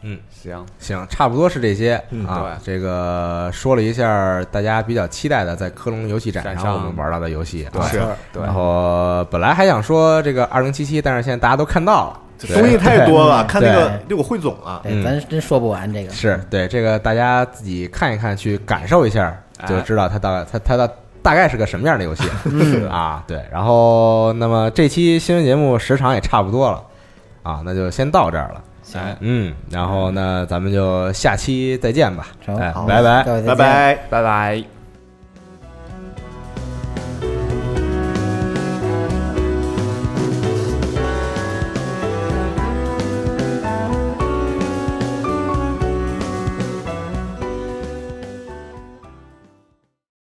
S3: 嗯，
S2: 行，
S1: 行，差不多是这些、
S4: 嗯
S1: 啊。这个说了一下大家比较期待的在科隆游戏展
S2: 展
S1: 上我
S2: 上
S1: 们玩到的游戏啊。
S4: 是
S2: 对
S1: 然后本来还想说这个二零七七，但是现在大家都看到了，
S4: 这东西太多了，看那个
S3: 对
S4: 六个汇总啊，
S3: 对，咱真说不完这个，
S1: 是对这个大家自己看一看，去感受一下，
S3: 哎
S1: 就知道它大它它的大概是个什么样的游戏
S3: 嗯
S1: 啊。对，然后那么这期新闻节目时长也差不多了啊，那就先到这儿了。
S3: 行，
S2: 哎
S1: 嗯，然后那咱们就下期再见吧。
S3: 成
S1: 哎
S3: 好，
S1: 拜拜。
S3: 各位再见
S4: 拜拜。
S2: 拜拜。